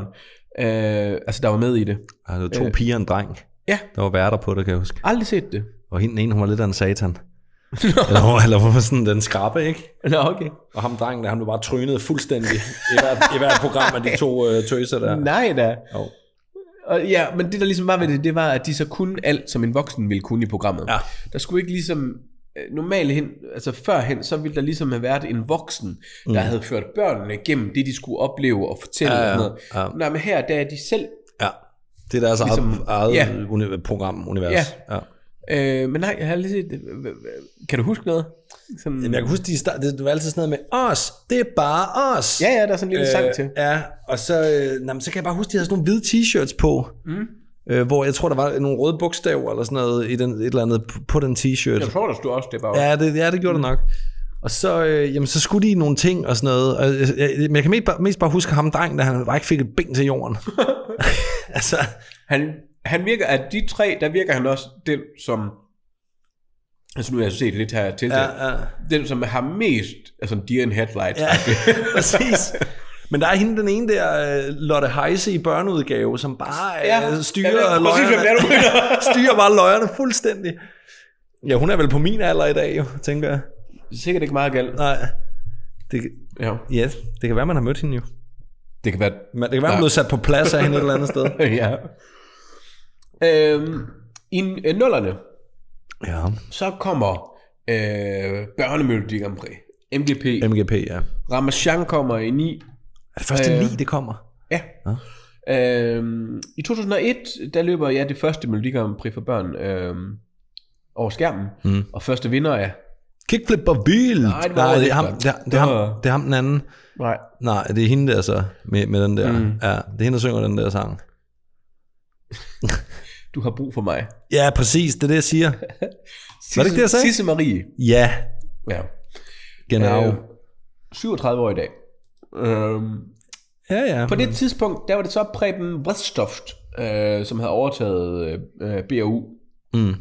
Speaker 2: øh, altså der var med i det.
Speaker 1: Ah, det var to øh. piger og en dreng.
Speaker 2: Ja.
Speaker 1: Der var værter på det, kan jeg huske.
Speaker 2: Aldrig set det.
Speaker 1: Og hende den ene, hun var lidt af en satan. eller, hun- eller hun var sådan den skrappe, ikke?
Speaker 2: Nå, okay.
Speaker 1: Og ham drengen, der, han blev bare trynet fuldstændig i hvert, i hvert program af de to øh, tøser der.
Speaker 2: Nej da.
Speaker 1: Jo.
Speaker 2: Og, ja, men det der ligesom var ved det, det var, at de så kunne alt, som en voksen ville kunne i programmet.
Speaker 1: Ja.
Speaker 2: Der skulle ikke ligesom øh, normalt hen, altså førhen, så ville der ligesom have været en voksen, der mm. havde ført børnene igennem det, de skulle opleve og fortælle.
Speaker 1: Ja, ja,
Speaker 2: og sådan noget.
Speaker 1: ja.
Speaker 2: Nej, men her, der er de selv
Speaker 1: Ja. Det er deres ligesom,
Speaker 2: Ligesom-
Speaker 1: eget,
Speaker 2: ja.
Speaker 1: eget uni- program, univers.
Speaker 2: Ja.
Speaker 1: ja.
Speaker 2: Øh, men nej, jeg har lige set det. Hva- hva- Kan du huske noget? Sådan...
Speaker 1: Jamen, jeg kan huske, de start, det, det var altid sådan noget med, os, det er bare os.
Speaker 2: Ja, ja, der er sådan en lille øh, sang til.
Speaker 1: Ja, og så, øh, nej, men så kan jeg bare huske, de havde sådan nogle hvide t-shirts på. Mm. Øh, hvor jeg tror, der var nogle røde bogstaver eller sådan noget i den, et eller andet på, på den t-shirt.
Speaker 2: Jeg tror, der stod også det bare. Ja.
Speaker 1: Ja, det, ja, det gjorde mm. det nok. Og så, øh, jamen, så skulle de nogle ting og sådan noget. Og, øh, jeg, men jeg kan mest bare, mest bare huske ham drengen, da han bare ikke fik et ben til jorden. altså,
Speaker 2: Han, han virker, at de tre, der virker han også den, som... Altså nu har jeg set lidt her til det.
Speaker 1: ja, ja.
Speaker 2: Den, som har mest... Altså en deer in headlights.
Speaker 1: Ja, præcis. Men der er hende, den ene der, øh, Lotte Heise i børneudgave, som bare ja,
Speaker 2: Ja,
Speaker 1: styrer
Speaker 2: jeg ved
Speaker 1: ja,
Speaker 2: præcis, hvem det er, du mener.
Speaker 1: styrer bare løjerne fuldstændig. Ja, hun er vel på min alder i dag, jo, tænker jeg.
Speaker 2: Sikkert ikke meget galt.
Speaker 1: Nej. Det,
Speaker 2: Ja.
Speaker 1: ja, det kan være, man har mødt hende jo.
Speaker 2: Det kan være...
Speaker 1: Men det kan være, man blev sat på plads af hende et eller andet sted.
Speaker 2: ja. Øhm, I øh, nullerne,
Speaker 1: Ja,
Speaker 2: så kommer øh, børnemelodi Grand Prix. MGP.
Speaker 1: MGP, ja.
Speaker 2: Ramachan kommer i 9.
Speaker 1: Er det første
Speaker 2: Øh.
Speaker 1: ni, det kommer?
Speaker 2: Ja.
Speaker 1: Nå.
Speaker 2: Øhm, I 2001, der løber jeg ja, det første Melodi Grand Prix for børn øhm, over skærmen,
Speaker 1: Mm.
Speaker 2: og første vinder er
Speaker 1: Kickflip og vildt. Nej,
Speaker 2: det
Speaker 1: det,
Speaker 2: var
Speaker 1: Nej, det,
Speaker 2: lidt
Speaker 1: er ham,
Speaker 2: godt.
Speaker 1: det, er, det, er
Speaker 2: Nå.
Speaker 1: ham, det er ham den anden.
Speaker 2: Nej.
Speaker 1: Nej, det er hende der så, med, med den der. Mm. Ja, det er hende, der synger den der sang.
Speaker 2: Du har brug for mig.
Speaker 1: Ja, præcis, det er det, jeg siger.
Speaker 2: Sisse,
Speaker 1: Var det ikke det, jeg sagde?
Speaker 2: Sisse Marie.
Speaker 1: Ja,
Speaker 2: Ja.
Speaker 1: genau.
Speaker 2: Øh, 37 år i dag. Øhm,
Speaker 1: ja, ja.
Speaker 2: på det tidspunkt, der var det så Preben Vredstoft, øh, som havde overtaget øh, BAU.
Speaker 1: Mm.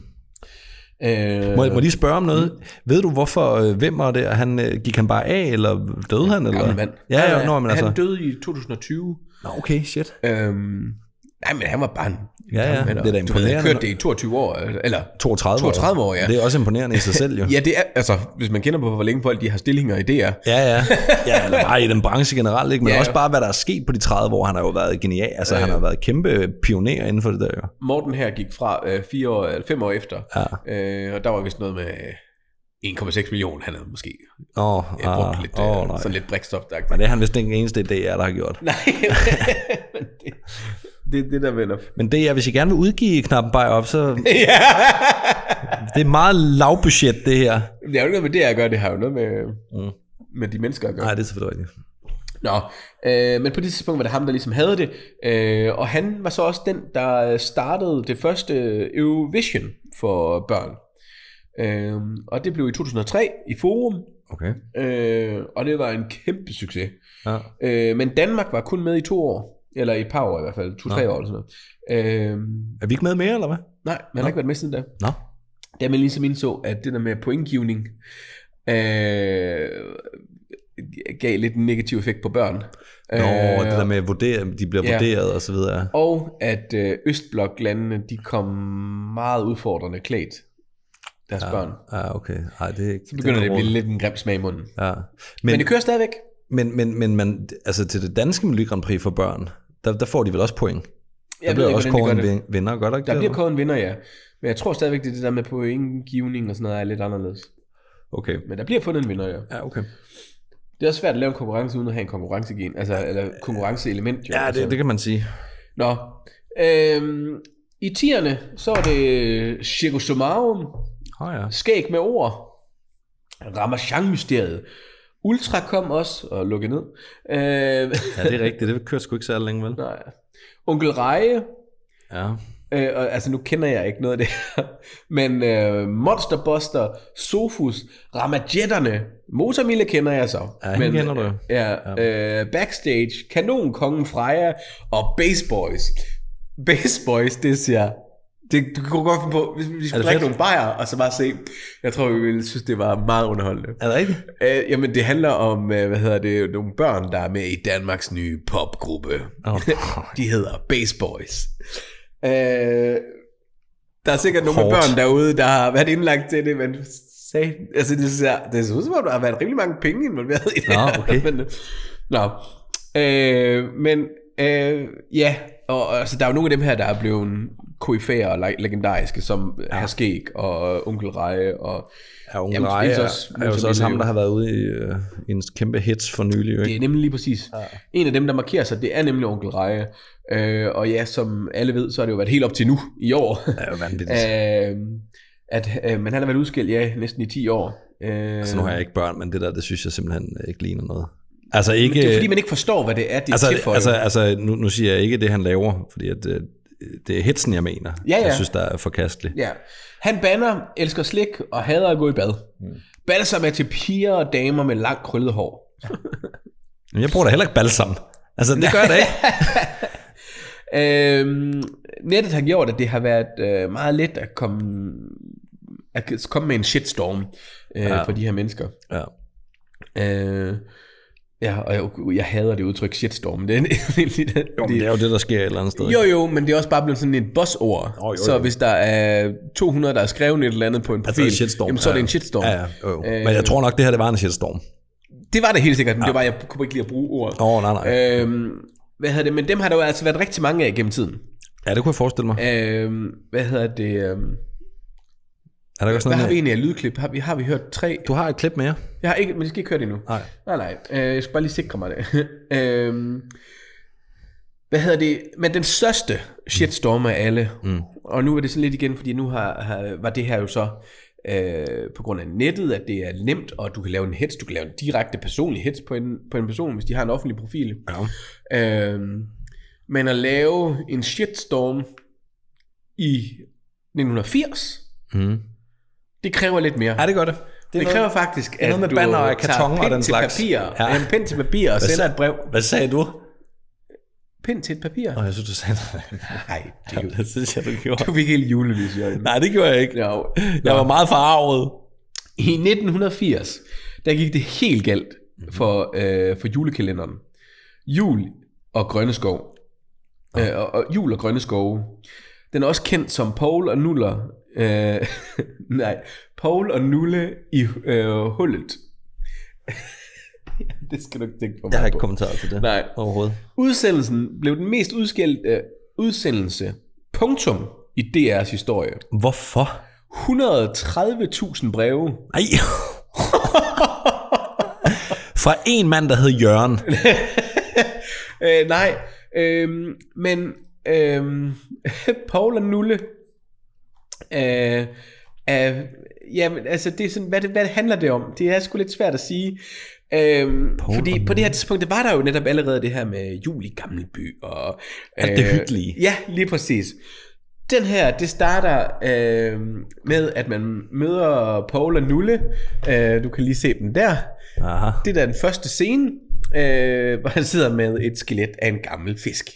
Speaker 1: Må,
Speaker 2: Øh,
Speaker 1: jeg- må jeg lige spørge om noget? Mm. Ved du, hvorfor øh, hvem var det? Han, øh, gik han bare af, eller døde han? Eller?
Speaker 2: gammel mand.
Speaker 1: Ja,
Speaker 2: Han
Speaker 1: ja,
Speaker 2: er-
Speaker 1: nå, men
Speaker 2: han
Speaker 1: altså.
Speaker 2: døde i 2020.
Speaker 1: Nå, okay, shit.
Speaker 2: Øhm, nej, men han var bare en
Speaker 1: Ja, ja,
Speaker 2: gammel mand, og
Speaker 1: det er da
Speaker 2: Du ved, han
Speaker 1: imponerende.
Speaker 2: kørte det i 22 år, øh, eller...
Speaker 1: 32,
Speaker 2: 32 år, ja.
Speaker 1: Det er også imponerende i sig selv, jo.
Speaker 2: Ja, det er, altså, hvis man kender på, hvor længe folk de har stillinger i DR.
Speaker 1: Ja, ja. ja eller bare i den branche generelt, ikke? men
Speaker 2: Ja,
Speaker 1: ja, også
Speaker 2: jo.
Speaker 1: bare, hvad der er sket på de 30 år. Han har jo været genial. Altså, han har været kæmpe pioner inden for det der, jo.
Speaker 2: Morten her gik fra øh, fire år, eller fem år efter,
Speaker 1: Ja.
Speaker 2: øh, og der var vist noget med øh, 1,6 millioner, han havde måske
Speaker 1: Åh,
Speaker 2: øh, brugt ah, lidt,
Speaker 1: åh,
Speaker 2: øh,
Speaker 1: nej.
Speaker 2: sådan lidt brikstof
Speaker 1: Men det er han vist ikke den eneste idé, der har gjort.
Speaker 2: Nej, men det, det er det, der vender.
Speaker 1: Men det er, hvis I gerne vil udgive knappen bare op, så
Speaker 2: ja.
Speaker 1: det er meget lavbudget, det her.
Speaker 2: Det har jo ikke noget med det at gøre, det har jo noget med, mm.
Speaker 1: Mm.
Speaker 2: med de mennesker at gøre.
Speaker 1: Nej, det er selvfølgelig rigtigt.
Speaker 2: Nå, øh, men på det tidspunkt var det ham, der ligesom havde det, øh, og han var så også den, der startede det første Eurovision for børn. Øh, og det blev i 2003 i Forum,
Speaker 1: Okay.
Speaker 2: øh, og det var en kæmpe succes.
Speaker 1: Ja.
Speaker 2: Øh, men Danmark var kun med i to år, eller i et par år i hvert fald, to-tre
Speaker 1: Nå.
Speaker 2: år eller sådan noget. Øh,
Speaker 1: Er vi ikke med mere, eller hvad?
Speaker 2: nej, man har
Speaker 1: Nå.
Speaker 2: ikke været med siden da.
Speaker 1: Nå.
Speaker 2: da man ligesom indså, at det der med pointgivning øh, gav lidt en negativ effekt på børn.
Speaker 1: Nå, øh, det der med at vurdere, de bliver
Speaker 2: ja.
Speaker 1: ja. vurderet og så videre.
Speaker 2: Og at øh, Østbloklandene, de kom meget udfordrende klædt, deres ja. børn.
Speaker 1: Ja, Ah, okay. Ej, det er ikke...
Speaker 2: Så begynder det at
Speaker 1: er
Speaker 2: blive lidt en grim smag i munden. Men,
Speaker 1: Ja. Men,
Speaker 2: Men det kører stadigvæk.
Speaker 1: men, men, men man, altså, til det danske Melodi Grand Prix for børn, der, der får de vel også point?
Speaker 2: Jeg
Speaker 1: der bliver også
Speaker 2: hvordan de
Speaker 1: kåret
Speaker 2: gør det.
Speaker 1: en vinder, godt ikke?
Speaker 2: Der
Speaker 1: det,
Speaker 2: bliver
Speaker 1: eller?
Speaker 2: kåret en vinder, ja. Men jeg tror stadigvæk, det er det der med pointgivning og sådan noget er lidt anderledes.
Speaker 1: Okay.
Speaker 2: Men der bliver fundet en vinder, ja.
Speaker 1: Ja, okay.
Speaker 2: Det er også svært at lave en konkurrence uden at have en konkurrencegen, altså eller konkurrenceelement. Jo,
Speaker 1: Ja,
Speaker 2: altså.
Speaker 1: det, det kan man sige.
Speaker 2: Nå. Øhm, I tierne, så er det Circus Summarum,
Speaker 1: Åh oh, ja.
Speaker 2: Skæg med ord, Ramachan-mysteriet. Ultra kom også og lukkede ned. Øh,
Speaker 1: Ja, det er rigtigt. Det kører sgu ikke særlig længe, vel?
Speaker 2: nej. Onkel Reje,
Speaker 1: Ja.
Speaker 2: øh, og, altså nu kender jeg ikke noget af det her, men øh, Monster Buster, Sofus, Ramajetterne, Motormille kender jeg så.
Speaker 1: Ja, hende
Speaker 2: men,
Speaker 1: kender du jo.
Speaker 2: Ja, øh, Backstage, Kanonkongen Freja og Base Boys. Base Boys, det siger det, du kunne godt finde på, hvis vi skulle drikke
Speaker 1: fedt?
Speaker 2: nogle bajer, og så bare se. Jeg tror, vi ville synes, det var meget underholdende.
Speaker 1: Er det rigtigt?
Speaker 2: Øh, jamen, det handler om, øh, hvad hedder det, nogle børn, der er med i Danmarks nye popgruppe.
Speaker 1: Åh.
Speaker 2: De hedder Bass Boys. Øh, der er sikkert nogle af
Speaker 1: Hårdt.
Speaker 2: børn derude, der har været indlagt til det, men sagde, altså det ser, det ser ud som om, der har været rimelig mange penge involveret i det.
Speaker 1: Nå,
Speaker 2: her.
Speaker 1: okay.
Speaker 2: men, øh, nå. Øh, men øh, ja, og og, altså, der er jo nogle af dem her, der er blevet koryfære og le- legendariske, som ja. Herr Skæg og øh, Onkel Reje og
Speaker 1: Ja, Unge
Speaker 2: Jamen,
Speaker 1: Jamen,
Speaker 2: det
Speaker 1: Reje
Speaker 2: er
Speaker 1: er,
Speaker 2: også-
Speaker 1: er jo så også ham,
Speaker 2: jo.
Speaker 1: der har været ude i, øh, i en kæmpe hits for nylig, jo,
Speaker 2: Det
Speaker 1: ikke?
Speaker 2: er nemlig lige præcis. Ja. En af dem, der markerer sig, det er nemlig onkel Reje. Øh, og ja, som alle ved, så har det jo været helt op til nu i år.
Speaker 1: Det er jo vanvittigt. Øh,
Speaker 2: øh, at, øh, men han har været udskilt, ja, næsten i 10 år. Øh,
Speaker 1: altså, nu har jeg ikke børn, men det der, det synes jeg simpelthen ikke ligner noget. Altså ikke...
Speaker 2: Men det er jo fordi, man ikke forstår, hvad det er, det er
Speaker 1: altså,
Speaker 2: til for.
Speaker 1: altså,
Speaker 2: Altså,
Speaker 1: altså nu, nu siger jeg ikke det, han laver, fordi at, øh, det er hitsen, jeg mener.
Speaker 2: Ja, ja.
Speaker 1: Jeg synes, der er forkastelig.
Speaker 2: ja. Han banner, elsker slik og hader at gå i bad. Mm. Balsam er til piger og damer med langt krøllet hår.
Speaker 1: Men jeg bruger da heller ikke balsam. Altså, det gør jeg da ikke.
Speaker 2: Øhm, nettet har gjort, at det har været øh, meget let at komme, at komme med en shitstorm øh, ja.
Speaker 1: Ja.
Speaker 2: for de her mennesker.
Speaker 1: Ja.
Speaker 2: Øh, ja, og jeg, jeg hader det udtryk shitstorm. Det er, det, det,
Speaker 1: Jo, men det er jo det, der sker et eller andet sted.
Speaker 2: jo, jo, men det er også bare blevet sådan et bossord.
Speaker 1: jo, jo.
Speaker 2: så hvis der er 200, der har skrevet et eller andet på en
Speaker 1: Altså
Speaker 2: profil,
Speaker 1: en shitstorm.
Speaker 2: jamen, så er det
Speaker 1: ja.
Speaker 2: en shitstorm.
Speaker 1: Ja, ja, jo, jo.
Speaker 2: Øh.
Speaker 1: Men jeg tror nok, det her det var en shitstorm.
Speaker 2: Det var det helt sikkert, men ja. det var, jeg kunne ikke lide at bruge ordet.
Speaker 1: Åh, oh, nej, nej.
Speaker 2: Øhm, hvad hedder det? Men dem har der jo altså været rigtig mange af gennem tiden.
Speaker 1: Ja, det kunne jeg forestille mig.
Speaker 2: Øhm, hvad hedder det? Øhm,
Speaker 1: Er der ikke også
Speaker 2: hvad har
Speaker 1: noget
Speaker 2: vi
Speaker 1: med?
Speaker 2: egentlig af lydklip? Har vi, har vi hørt tre?
Speaker 1: Du har et klip mere.
Speaker 2: Jeg har ikke, men det skal ikke køre det endnu.
Speaker 1: Nej.
Speaker 2: Nej, nej. Øh, jeg skal bare lige sikre mig det. øhm, hvad hedder det? Men den største shitstorm af alle. Mm. Og nu er det sådan lidt igen, fordi nu har, har, var det her jo så øh, på grund af nettet, at det er nemt, og du kan lave en hets, du kan lave en direkte personlig hets på en, på en person, hvis de har en offentlig profil. Ja. Øh, men at lave en shitstorm i 1980,
Speaker 1: Mm.
Speaker 2: det kræver lidt mere.
Speaker 1: Ja, det gør det.
Speaker 2: Det, det
Speaker 1: noget-
Speaker 2: kræver faktisk, at
Speaker 1: er noget med
Speaker 2: du
Speaker 1: banner og
Speaker 2: tager
Speaker 1: karton og
Speaker 2: pind
Speaker 1: den
Speaker 2: til
Speaker 1: slags.
Speaker 2: papir,
Speaker 1: Ja.
Speaker 2: ja. en pind til papir og sender et brev.
Speaker 1: Hvad sagde du?
Speaker 2: Pind til et papir?
Speaker 1: Nå, jeg synes, du sagde
Speaker 2: Nej, det er jo...
Speaker 1: noget. det synes jeg, du gjorde.
Speaker 2: Du fik helt julelys i øjnene.
Speaker 1: Nej, det gjorde jeg ikke.
Speaker 2: Jo.
Speaker 1: Jeg var meget forarvet.
Speaker 2: I 1980, der gik det helt galt
Speaker 1: Mhm.
Speaker 2: for, øh, for julekalenderen. Jul og grønne skov. Øh, og, og jul og grønne skove. Den er også kendt som Paul og Nuller. Øh, nej, Paul og Nulle i øh, hullet. det skal du ikke tænke på.
Speaker 1: Jeg har
Speaker 2: mig
Speaker 1: ikke
Speaker 2: på.
Speaker 1: kommentarer til det.
Speaker 2: Nej.
Speaker 1: Overhovedet.
Speaker 2: Udsendelsen blev den mest udskældte udsendelse. Punktum i DR's historie.
Speaker 1: Hvorfor?
Speaker 2: 130.000 breve.
Speaker 1: Ej. Fra en mand, der hed Jørgen.
Speaker 2: Øh, nej, øhm, men øhm, Paul og Nulle, øh, øh, jamen, altså, det er sådan, hvad, det, hvad det handler det om? Det er sgu lidt svært at sige. Øhm,
Speaker 1: Paul og
Speaker 2: fordi på
Speaker 1: Nulle.
Speaker 2: det her tidspunkt, det var der jo netop allerede det her med jul i Gammelby. Og, øh,
Speaker 1: Alt det hyggelige.
Speaker 2: Ja, lige præcis. Den her, det starter øh, med, at man møder Paul og Nulle. Øh, du kan lige se dem der.
Speaker 1: Aha.
Speaker 2: Det der er den første scene, øh, hvor han sidder med et skelet af en gammel fisk.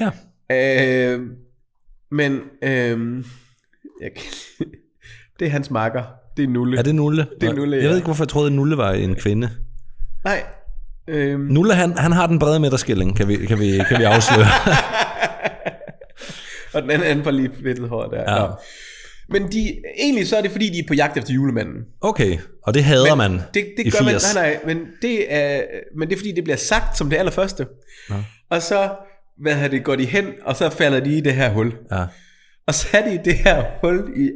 Speaker 1: Ja.
Speaker 2: Øh, men øh, jeg, kan- det er hans makker. Det er Nulle.
Speaker 1: Er det Nulle?
Speaker 2: Det er Nulle,
Speaker 1: Jeg ved
Speaker 2: ja.
Speaker 1: ikke, hvorfor jeg troede, at Nulle var en kvinde.
Speaker 2: Nej. Øh,
Speaker 1: Nulle, han, han har den brede midterskilling, kan vi, kan vi, kan vi afsløre.
Speaker 2: og den anden, anden får lige fedtet hår der.
Speaker 1: Ja.
Speaker 2: Ja. Men de, egentlig så er det fordi, de er på jagt efter julemanden.
Speaker 1: Okay, og det hader man
Speaker 2: Det, det
Speaker 1: i
Speaker 2: gør
Speaker 1: 80.
Speaker 2: man, nej, nej, men det, er, men det er fordi, det bliver sagt som det allerførste. Ja. Og så hvad har det, går de hen, og så falder de i det her hul.
Speaker 1: Ja.
Speaker 2: Og så er de i det her hul i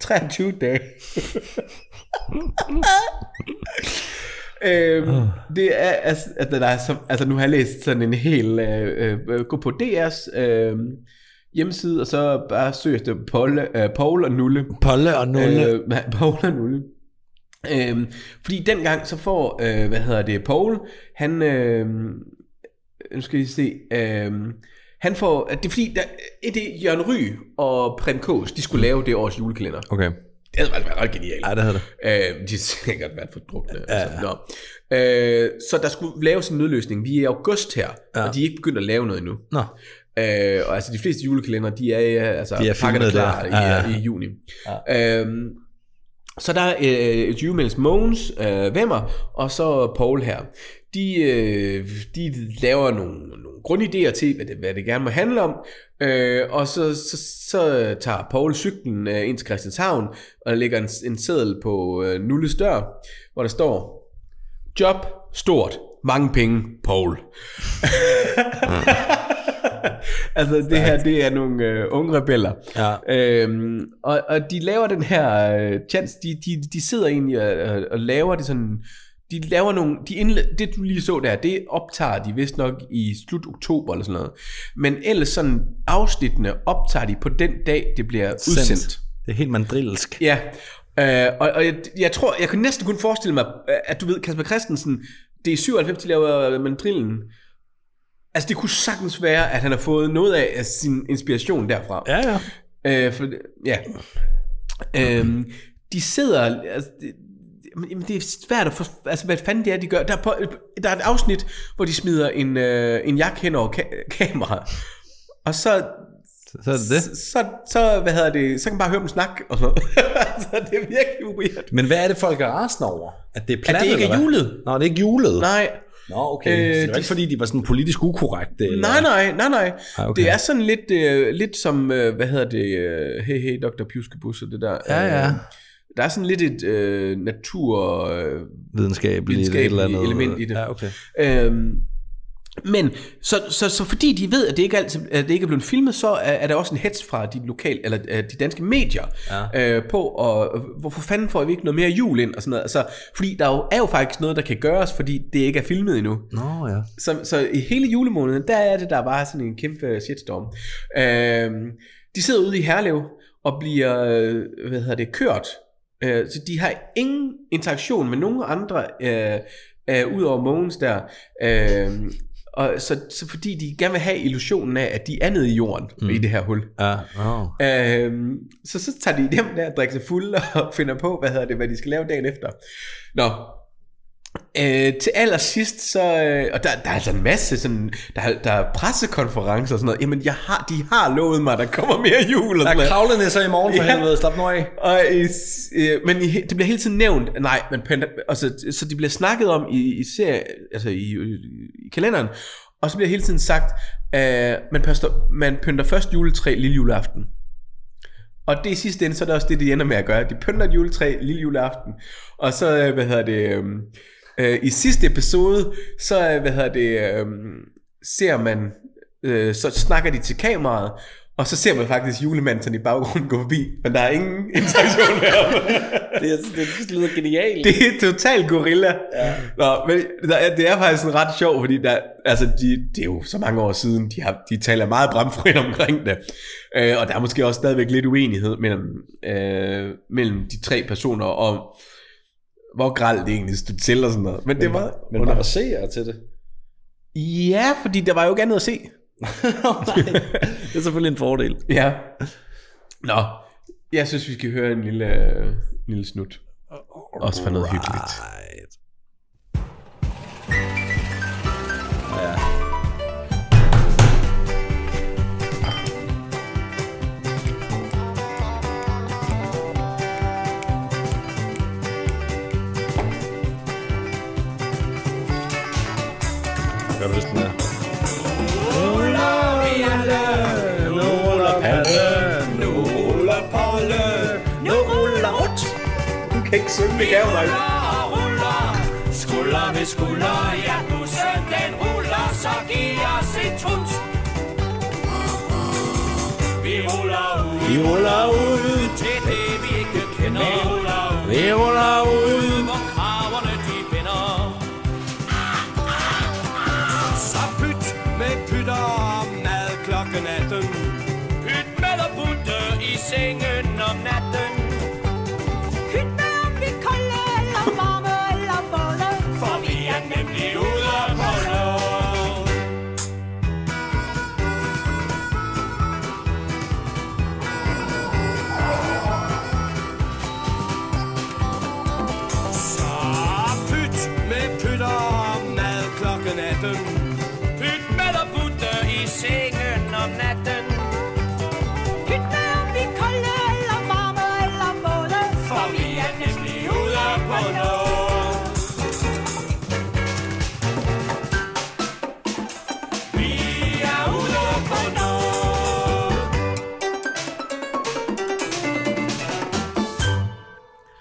Speaker 2: 23 dage. øhm, det er, altså, altså, der er så, altså, nu har jeg læst sådan en hel, øh, øh, gå på DR's øh, hjemmeside, og så bare søg efter Paul, øh, Paul og Nulle.
Speaker 1: Polle og Nulle.
Speaker 2: Øh, hvad- Paul og Nulle. Øhm, fordi dengang så får, øh, hvad hedder det, Paul, han, øh, nu skal I se, øh, han får, det er fordi, der, eh, det er Jørgen Ry og Prem Kås, de skulle lave det års julekalender.
Speaker 1: Okay.
Speaker 2: Det havde faktisk været ret genialt.
Speaker 1: Ja, det havde det.
Speaker 2: Øh, de har sikkert været for drukne. Ja. Altså. Nå. Øh, så der skulle laves en nødløsning. Vi er i august her, ja. og de er ikke begyndt at lave noget endnu.
Speaker 1: Nå.
Speaker 2: Øh, og altså de fleste julekalender, de er øh, altså
Speaker 1: De er
Speaker 2: pakket
Speaker 1: filmet
Speaker 2: klar
Speaker 1: der.
Speaker 2: i, øh,
Speaker 1: Ja, ja.
Speaker 2: i juni. Ja. Øhm, så der er øh, Jumels Mogens, øh, Vemmer og så Paul her. De, øh, de laver nogle, nogle grundidéer til, hvad det, hvad det gerne må handle om. Øh, og så, så, så tager Paul cyklen øh, ind til Christianshavn og lægger en, en seddel på øh, Nulles dør, hvor der står, job stort, mange penge, Paul. Altså det her, det er nogle øh, unge rebeller.
Speaker 1: Ja.
Speaker 2: Øhm, og, og de laver den her øh, chance, de, de, de sidder egentlig og, og, og laver det sådan, de laver nogle, de indlæ- det du lige så der, det optager de vist nok i slut oktober eller sådan noget. Men ellers sådan afsnittene optager de på den dag, det bliver udsendt.
Speaker 1: Sendt. Det er helt mandrilsk.
Speaker 2: Ja, øh, og, og jeg, jeg tror, jeg kunne næsten kun forestille mig, at du ved, Kasper Christensen, det er 97, de laver mandrillen. Altså, det kunne sagtens være, at han har fået noget af, af sin inspiration derfra.
Speaker 1: Ja, ja.
Speaker 2: Øh, for, ja. Øhm, de sidder... Altså, det, jamen, jamen, det er svært at for, Altså, hvad fanden det er, de gør. Der er, på, der er et afsnit, hvor de smider en, øh, en jakke hen over ka- kameraet. Og så,
Speaker 1: Så er det det.
Speaker 2: så, så, hvad hedder det, så kan man bare høre dem snakke. Og sådan noget. så det er virkelig weird.
Speaker 1: Men hvad er det, folk er rasende over? At det er plat,
Speaker 2: At det ikke
Speaker 1: eller
Speaker 2: er
Speaker 1: hvad?
Speaker 2: julet.
Speaker 1: Nå, det er ikke julet.
Speaker 2: Nej,
Speaker 1: Nå, okay.
Speaker 2: Øh,
Speaker 1: Øh, så det var
Speaker 2: de-
Speaker 1: ikke, fordi de var sådan politisk ukorrekte? Eller?
Speaker 2: nej, nej, nej, nej.
Speaker 1: Ah, okay.
Speaker 2: Det er sådan lidt, øh, lidt som, øh, hvad hedder det, øh, hey, hey, Dr. Pjuskebus og det der.
Speaker 1: Ja, ja.
Speaker 2: Øh, der er sådan lidt et øh, natur... Øh,
Speaker 1: Videnskabeligt,
Speaker 2: Videnskabeligt
Speaker 1: et eller andet. øh.
Speaker 2: element i det.
Speaker 1: Ja, okay.
Speaker 2: Øhm, men så, så, så fordi de ved, at det ikke, altid, at det ikke er blevet filmet, så er, er der også en hets fra de, lokale, eller, øh, de danske medier ja. øh, på, og øh, hvorfor fanden får vi ikke noget mere jul ind og sådan noget. Altså, fordi der jo, er jo faktisk noget, der kan gøres, fordi det ikke er filmet endnu.
Speaker 1: Nå, ja.
Speaker 2: Så, så i hele julemåneden, der er det, der bare er sådan en kæmpe shitstorm. Øhm, de sidder ude i Herlev og bliver, øh, hvad hedder det, kørt Øh, så de har ingen interaktion med nogen andre, øh, øh, ud over Mogens der. Øh, og så, så fordi de gerne vil have illusionen af, at de er nede i jorden mm. i det her hul.
Speaker 1: Ja, oh.
Speaker 2: Øhm, så så tager de hjem der, drikker sig fulde og finder på, hvad hedder det, hvad de skal lave dagen efter. Nå. Øh, til allersidst, så, øh, og der, der er altså en masse sådan, der, er- der er pressekonferencer og sådan noget, jamen jeg har, de har lovet mig, der kommer mere jul og sådan
Speaker 1: Der
Speaker 2: noget.
Speaker 1: kravlede nisser i morgen for
Speaker 2: Ja.
Speaker 1: helvede, slap nu af.
Speaker 2: Og, øh, s- øh, men i, he- det bliver hele tiden nævnt, nej, men panda- altså, så det bliver snakket om i, i, serie, altså i, i, i kalenderen, og så bliver hele tiden sagt, øh, man, pøster, man pynter først juletræ lille juleaften. Og det i sidste ende, så er det også det, de ender med at gøre. De pynter et juletræ lille juleaften, og så, øh, hvad hedder det, øh, øh, i sidste episode, så, øh, hvad hedder det, øh, ser man, øh, så snakker de til kameraet, og så ser man faktisk julemanden sådan i baggrunden gå forbi, men der er ingen interaktion med ham.
Speaker 5: Det, det, det lyder genialt.
Speaker 2: Det er totalt gorilla. Ja. Nå, men der, er- det er faktisk sådan ret sjovt, fordi der, altså de, det er jo så mange år siden, de, har, de taler meget bramfrit omkring det. Øh, og der er måske også stadigvæk lidt uenighed mellem, øh, mellem de tre personer om, hvor gralt det egentlig stod til og sådan noget. Men det var...
Speaker 5: Men var der seere til det?
Speaker 2: Ja, fordi der var jo ikke andet at se.
Speaker 1: Det er selvfølgelig en fordel.
Speaker 2: Ja. Nå, jeg synes, vi skal høre en lille, en lille snut. Også for noget hyggeligt.
Speaker 1: Right. Ja. Gør du, hvis den er?
Speaker 2: Du kan ikke synge, det gav mig.
Speaker 6: Skulder ved skulder, ja bussen den ruller, så giv os et tunt. Vi ruller ud, vi ruller ud til det vi ikke kender. Vi ruller ud, vi ruller ud, hvor kraverne de vender. Så pyt med pytter om mad klokken 18. Pyt med at putte i sengen om natten.
Speaker 7: Pyt med om vi er kolde eller varme eller våde.
Speaker 6: For vi er nemlig ude på lov Så pyt med pytter om mad klokken 18 Pyt med at putte i sengen om natten
Speaker 7: Pyt med om vi er kolde eller varme eller våde.
Speaker 6: For vi er nemlig ude på lov Vi er ude på noget.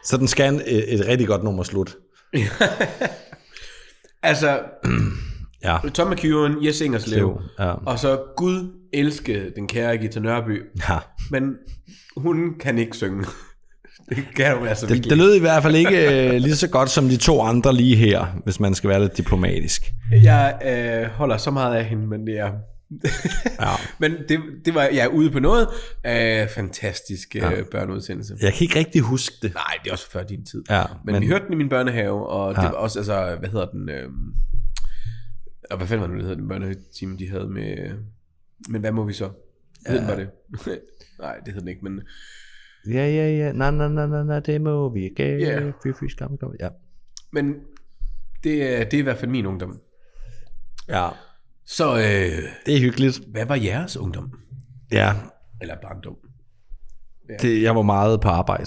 Speaker 1: Så den skal en- et, et rigtig godt nummer slut.
Speaker 2: Altså,
Speaker 1: Ja.
Speaker 2: Tom McEwen, Jes Ingerslev,
Speaker 1: Slev, ja.
Speaker 2: og så Gud elskede den kære Gita Nørby,
Speaker 1: ja.
Speaker 2: men hun kan ikke synge. Det kan hun altså
Speaker 1: Det, det
Speaker 2: virkelig.
Speaker 1: lød i hvert fald ikke øh, lige så godt som de to andre lige her, hvis man skal være lidt diplomatisk.
Speaker 2: Jeg øh, holder så meget af hende, men det er...
Speaker 1: Ja.
Speaker 2: Men det, det var, jeg er ude på noget. Øh, fantastisk øh, børneudsendelse.
Speaker 1: Jeg kan ikke rigtig huske det.
Speaker 2: Nej, det er også før din tid.
Speaker 1: Ja,
Speaker 2: men, men
Speaker 1: men-
Speaker 2: vi hørte den i min børnehave, og ja.
Speaker 1: Ja.
Speaker 2: det var også, altså, hvad hedder den... Øh, og hvad fanden var det, nu, det hedder den børnehavetime, de havde med... Men hvad må vi så? Ja. Hed den bare det? Nej, det hed den ikke, men...
Speaker 1: Ja, ja, ja. Nej, nej, nej, nej, nej. Det må vi ikke.
Speaker 2: Ja.
Speaker 1: Fy, fy, skam, skam. Ja.
Speaker 2: Men det, er- det er i hvert fald min ungdom.
Speaker 1: ja.
Speaker 2: Så øh,
Speaker 1: Det er hyggeligt.
Speaker 2: hvad var jeres ungdom?
Speaker 1: Ja.
Speaker 2: Eller barndom?
Speaker 1: Det, jeg var meget på arbejde.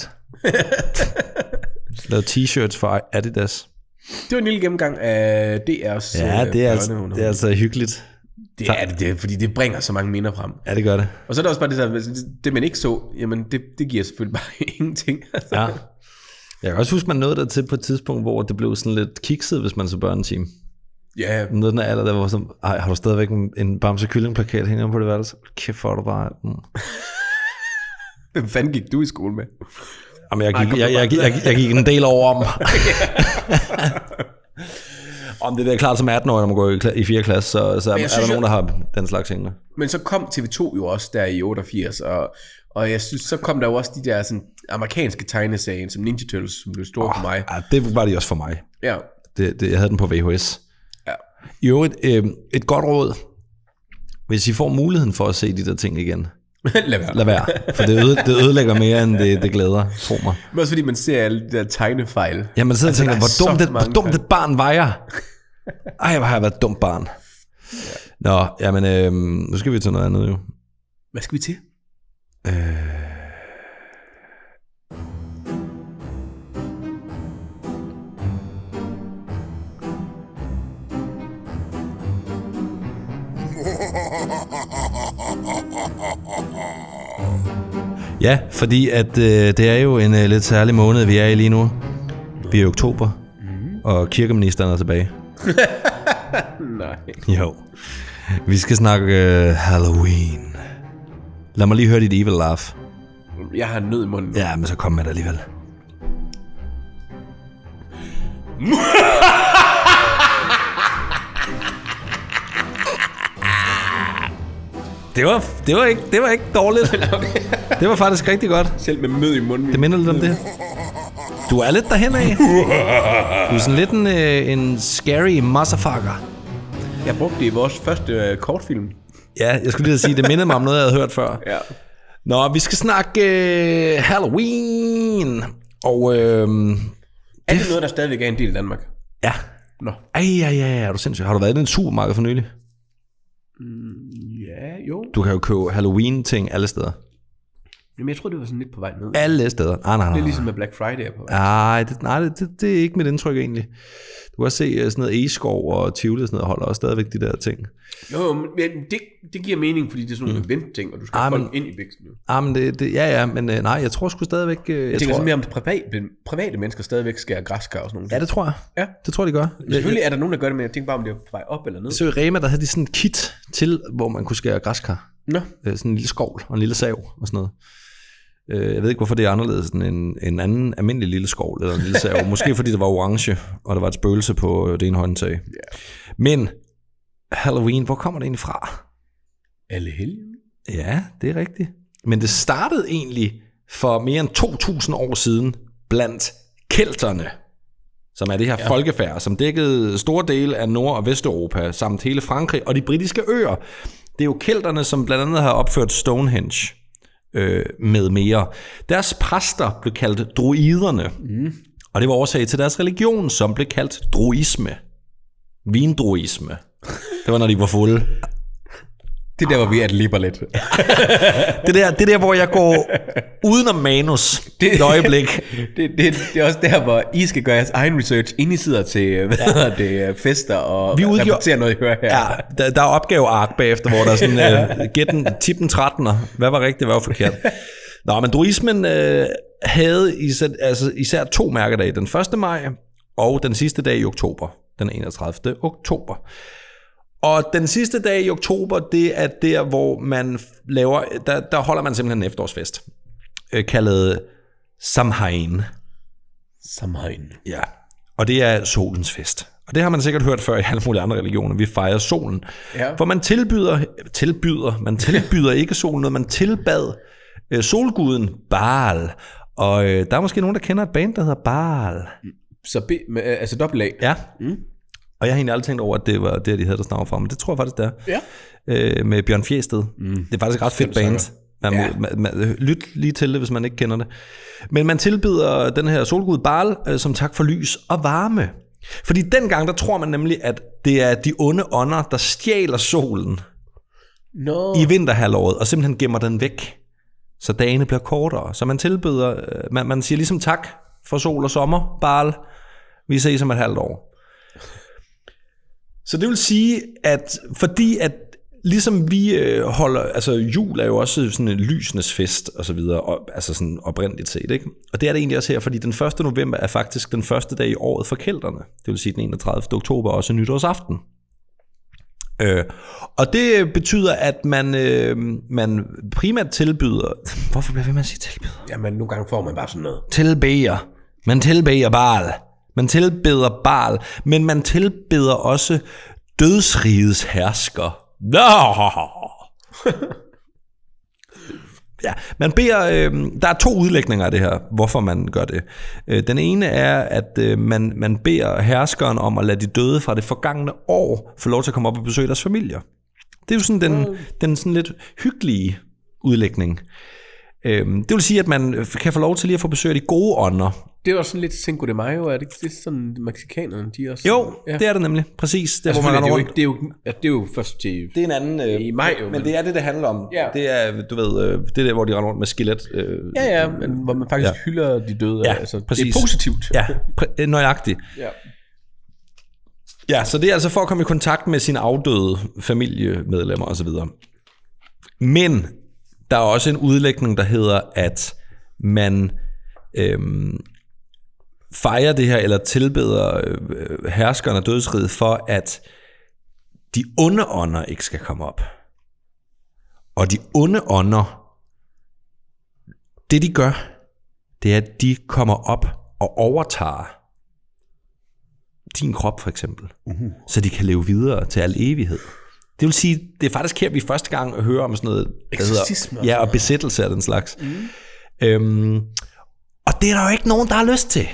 Speaker 1: Lavede t-shirts for Adidas.
Speaker 2: Det var en lille gennemgang af DR's
Speaker 1: Ja,
Speaker 2: øh,
Speaker 1: det er, altså,
Speaker 2: børneungdom.
Speaker 1: det er altså hyggeligt.
Speaker 2: det, er det, det er, fordi det bringer så mange minder frem.
Speaker 1: Ja, det gør det.
Speaker 2: Og så er der også bare det der, det- det man ikke så, jamen det, det giver selvfølgelig bare ingenting. Altså.
Speaker 1: Ja. Jeg kan også huske, man nåede dertil på et tidspunkt, hvor det blev sådan lidt kikset, hvis man så børneteam.
Speaker 2: ja,
Speaker 1: Noget af den alder, der var sådan, Ej, har du stadigvæk en, en bamse kyllingplakat hængende om på det værelse? Kæft, hvor er du bare... Mm.
Speaker 2: hvem fanden gik du i skole med?
Speaker 1: Jamen, jeg, gik, jeg, jeg, jeg, jeg, jeg gik en del over om. om det der er klart som 18 år, når man går i, kla- i 4. klasse, så, så er,
Speaker 2: jeg
Speaker 1: er
Speaker 2: synes,
Speaker 1: der nogen, der
Speaker 2: jeg-
Speaker 1: har den slags hængende.
Speaker 2: Men så kom TV2 jo også der i 88, og, og jeg synes, så kom der jo også de der sådan amerikanske tegneserien, som Ninja Turtles, som blev stor oh. for mig.
Speaker 1: Ah, det var det også for mig.
Speaker 2: Ja.
Speaker 1: Det, det, jeg havde den på VHS.
Speaker 2: Ja.
Speaker 1: I øvrigt, øh, et godt råd. Hvis I får muligheden for at se de der ting igen,
Speaker 2: Lad være.
Speaker 1: lad være. For det, øde, det ødelægger mere, end det, det glæder, tro mig.
Speaker 2: Men også fordi man ser alle de der tegnefejl.
Speaker 1: Ja, man sidder altså, og tænker,
Speaker 2: der er
Speaker 1: hvor dumt,
Speaker 2: så
Speaker 1: det, hvor
Speaker 2: mange
Speaker 1: dumt
Speaker 2: fejl.
Speaker 1: det barn var jeg. Ej, hvor har jeg været et dumt barn. Nå, jamen, øh, nu skal vi til noget andet jo.
Speaker 2: Hvad skal vi til?
Speaker 1: Ja, fordi at øh, det er jo en øh, lidt særlig måned, vi er i lige nu. Vi er i oktober, og kirkeministeren er tilbage.
Speaker 2: Nej.
Speaker 1: Jo. Vi skal snakke øh, Halloween. Lad mig lige høre dit evil laugh.
Speaker 2: Jeg har en nød i munden.
Speaker 1: Ja, men så kom med det alligevel. Det var, det var, ikke, det var ikke dårligt. Det var faktisk rigtig godt.
Speaker 2: Selv med mød i munden.
Speaker 1: Det minder lidt om det. Du er lidt derhen af. Du er sådan lidt en, øh, en scary motherfucker.
Speaker 2: Jeg brugte det i vores første øh, kortfilm.
Speaker 1: Ja, jeg skulle lige sige, det mindede mig om noget, jeg havde hørt før.
Speaker 2: Ja.
Speaker 1: Nå, vi skal snakke øh, Halloween. Og øh,
Speaker 2: Er det noget, der stadigvæk er en del i Danmark?
Speaker 1: ja.
Speaker 2: Nå.
Speaker 1: Ej, ja, ja, ja, er du sindssyg. Har du været i den supermarked for nylig?
Speaker 2: Ja, jo.
Speaker 1: Du kan jo købe Halloween-ting alle steder.
Speaker 2: Jamen, jeg tror det var sådan lidt på vej ned. Det
Speaker 1: Alle steder. Ah, Nej, nej, nej.
Speaker 2: er
Speaker 1: nej.
Speaker 2: ligesom med Black Friday er på vej.
Speaker 1: Ej, det, nej, det, det, det er ikke mit indtryk egentlig. Du kan også se øh, sådan noget Eskov og Tivoli og sådan noget, holder også stadigvæk de der ting.
Speaker 2: Jo, men det, det giver mening, fordi det er sådan nogle mm. event-ting, og du skal
Speaker 1: Ah,
Speaker 2: have
Speaker 1: men-
Speaker 2: folk ind i væksten. Jo.
Speaker 1: Ah, men det, det, ja, ja, men øh, nej, jeg tror sgu stadigvæk... Øh,
Speaker 2: Jeg
Speaker 1: jeg
Speaker 2: tænker
Speaker 1: tror,
Speaker 2: sådan mere om private, private mennesker stadigvæk skærer græskar og sådan noget.
Speaker 1: ja, det tror jeg.
Speaker 2: Ja.
Speaker 1: Det tror jeg, de gør. Jeg,
Speaker 2: Selvfølgelig er der nogen, der gør det, men jeg tænker bare, om det er på vej op eller ned.
Speaker 1: jeg så i Rema, der havde de sådan en kit til, hvor man kunne skære græskar.
Speaker 2: Nå.
Speaker 1: øh, sådan en lille skovl og en lille sav og sådan noget. Øh, Jeg ved ikke, hvorfor det er anderledes end en, en anden almindelig lille skovl eller en lille sav. Måske fordi det var orange, og der var et spøgelse på øh, det ene håndtag. Yeah. Men Halloween, hvor kommer det egentlig fra?
Speaker 2: Alle helgen.
Speaker 1: Ja, det er rigtigt. Men det startede egentlig for mere end 2.000 år siden blandt kelterne, som er det her ja. folkefærd, som dækkede store dele af Nord- og Vesteuropa, samt hele Frankrig og de britiske øer. Det er jo kelterne, som blandt andet har opført Stonehenge øh, med mere. Deres præster blev kaldt druiderne, mm. og det var årsag til deres religion, som blev kaldt druisme. Vindruisme. Det var, når de var fulde.
Speaker 2: Det er der, hvor vi adlibber lidt.
Speaker 1: Det der, det der, hvor jeg går udenom manus det, et øjeblik.
Speaker 2: det, det, det, er også der, hvor I skal gøre jeres egen research, inden I sidder til hvad hedder det, fester og
Speaker 1: Vi
Speaker 2: vi
Speaker 1: udgiver-
Speaker 2: rapporterer noget, I hører her.
Speaker 1: Ja, der, der er opgaveark bagefter, hvor der er sådan, uh, get den, tip den 13'er. Hvad var rigtigt, hvad var forkert? Nå, men druismen øh, havde især, altså, især to mærkedage. Den 1. maj og den sidste dag i oktober. Den 31. oktober. Og den sidste dag i oktober, det er der, hvor man laver, der, der holder man simpelthen en efterårsfest, øh, kaldet Samhain.
Speaker 2: Samhain.
Speaker 1: Ja, og det er solens fest. Og det har man sikkert hørt før i alle mulige andre religioner. Vi fejrer solen.
Speaker 2: Ja.
Speaker 1: For man tilbyder, tilbyder, man tilbyder ikke solen noget, man tilbad øh, solguden Baal. Og øh, der er måske nogen, der kender et band, der hedder Baal.
Speaker 2: Så be, med, øh, altså dobbelt A.
Speaker 1: Ja. Mm. Og jeg har egentlig aldrig tænkt over, at det var det, de havde der snart fra, men det tror jeg faktisk, det er.
Speaker 2: Ja.
Speaker 1: Øh, med Bjørn Fjested. Mm. Det er faktisk et ret fedt band. Man, ja. man, man, lyt lige til det, hvis man ikke kender det. Men man tilbyder den her solgud Baal øh, som tak for lys og varme. Fordi dengang, der tror man nemlig, at det er de onde ånder, der stjæler solen
Speaker 2: Nå.
Speaker 1: i vinterhalvåret, og simpelthen gemmer den væk, så dagene bliver kortere. Så man tilbyder, øh, man, man siger ligesom tak for sol og sommer, Barl. Vi ses om et halvt år. Så det vil sige, at fordi at ligesom vi øh, holder, altså jul er jo også sådan en lysenes fest og så videre, og, altså sådan oprindeligt set, ikke? Og det er det egentlig også her, fordi den 1. november er faktisk den første dag i året for kælderne. Det vil sige den 31. oktober er også nytårsaften. Øh, og det betyder, at man, øh, man primært tilbyder... Hvorfor bliver vi med at sige tilbyder?
Speaker 2: Jamen, nogle gange får man bare sådan noget.
Speaker 1: Tilbeder. Man tilbeder Baal. Man tilbeder Baal. Men man tilbeder også dødsrigets hersker. Nå! Ja, man beder, øh, der er to udlægninger af det her, hvorfor man gør det. Øh, den ene er, at øh, man, man beder herskeren om at lade de døde fra det forgangne år få lov til at komme op og besøge deres familier. Det er jo sådan den, den sådan lidt hyggelige udlægning. Øh, det vil sige, at man kan få lov til lige at få besøg af de gode ånder,
Speaker 2: Det var sådan lidt Cinco de Mayo, er det ikke? Det er sådan, mexikanerne, de også...
Speaker 1: Jo, ja.
Speaker 2: ja.
Speaker 1: det er det nemlig. Præcis. Det er,
Speaker 2: Altså,
Speaker 1: hvor man
Speaker 2: det,
Speaker 1: render
Speaker 2: er jo
Speaker 1: rundt.
Speaker 2: ikke, det, er jo, ja, det er jo først til...
Speaker 1: Det er en anden... Øh,
Speaker 2: I maj jo,
Speaker 1: Men,
Speaker 2: men-
Speaker 1: det er det, det handler om.
Speaker 2: Ja.
Speaker 1: Det er, du ved, øh, det er der, hvor de render rundt med skelet. Øh,
Speaker 2: Ja, ja, men, hvor man faktisk
Speaker 1: Ja.
Speaker 2: ja. hylder de døde.
Speaker 1: Ja,
Speaker 2: altså, det
Speaker 1: præcis.
Speaker 2: er positivt.
Speaker 1: Ja, præ- øh, nøjagtigt.
Speaker 2: ja.
Speaker 1: Ja, så det er altså for at komme i kontakt med sine afdøde familiemedlemmer osv. Men der er også en udlægning, der hedder, at man øhm, fejrer det her, eller tilbeder øh, øh, herskeren af dødsriget for, at de onde ånder ikke skal komme op. Og de onde ånder, det de gør, det er, at de kommer op og overtager din krop for eksempel, uh. så de kan leve videre til al evighed. Det vil sige, det er faktisk her, vi første gang hører om sådan noget, der
Speaker 2: Eksorcisme
Speaker 1: hedder,
Speaker 2: og
Speaker 1: ja,
Speaker 2: sådan
Speaker 1: og besættelse af den slags. Mm. Øhm, og det er der jo ikke nogen, der har lyst til.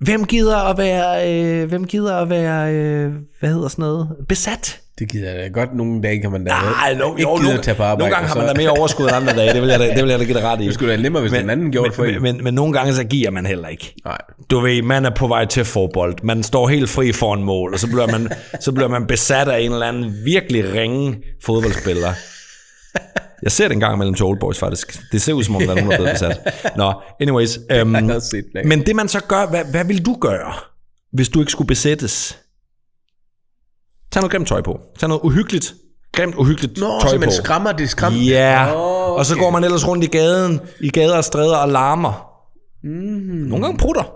Speaker 1: Hvem gider at være, øh, hvem gider at være øh, hvad hedder sådan noget, besat?
Speaker 2: Det gider jeg da godt. Nogle dage kan man da
Speaker 1: Nej, no,
Speaker 2: ikke
Speaker 1: jo,
Speaker 2: gider
Speaker 1: nogle,
Speaker 2: at tage på arbejde.
Speaker 1: nogle gange har
Speaker 2: og
Speaker 1: man
Speaker 2: så-
Speaker 1: da mere overskud end andre dage, det vil jeg da, det vil jeg da give dig ret i.
Speaker 2: Det skulle være nemmere, hvis men, den anden gjorde det for
Speaker 1: men,
Speaker 2: en.
Speaker 1: men, men nogle gange så giver man heller ikke.
Speaker 2: Nej.
Speaker 1: Du ved, man er på vej til forbold. Man står helt fri foran mål, og så bliver man, så bliver man besat af en eller anden virkelig ringe fodboldspiller. Jeg ser det en gang mellem til Old Boys, faktisk. Det ser ud, som om der er nogen, der er blevet besat. Nå, anyways. Øhm,
Speaker 2: jeg også set, Black.
Speaker 1: men det man så gør, hvad, hvad vil du gøre, hvis du ikke skulle besættes? Tag noget grimt tøj på. Tag noget uhyggeligt, grimt uhyggeligt
Speaker 2: Nå,
Speaker 1: tøj
Speaker 2: så man
Speaker 1: på.
Speaker 2: skræmmer det, skræmmer det.
Speaker 1: Ja, yeah.
Speaker 2: Åh,
Speaker 1: okay. og så går man ellers rundt i gaden, i gader og stræder og larmer. Mm.
Speaker 2: Mhm.
Speaker 1: Nogle gange prutter,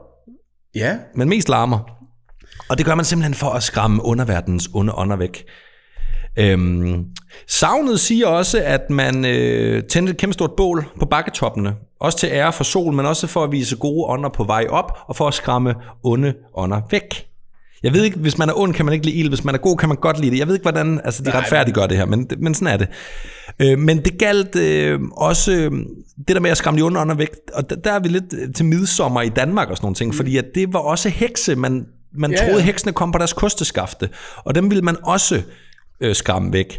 Speaker 2: Ja.
Speaker 1: men mest larmer. Og det gør man simpelthen for at skræmme underverdenens onde ånder væk. Øhm, savnet siger også, at man øh, tændte et kæmpe stort bål på bakketoppene. Også til ære for sol, men også for at vise gode ånder på vej op, og for at skræmme onde ånder væk. Jeg ved ikke, hvis man er ond, kan man ikke lide ild. Hvis man er god, kan man godt lide det. Jeg ved ikke, hvordan altså, de retfærdiggør det her, men, men sådan er det. Øh, men det galt øh, også øh, det der med at skræmme de onde ånder væk. Og der, der er vi lidt øh, til midsommer i Danmark og sådan nogle ting, fordi at det var også hekse. Man, man
Speaker 2: Ja, ja.
Speaker 1: troede, heksene kom på deres kosteskafte, og dem ville man også øh, skræmme væk.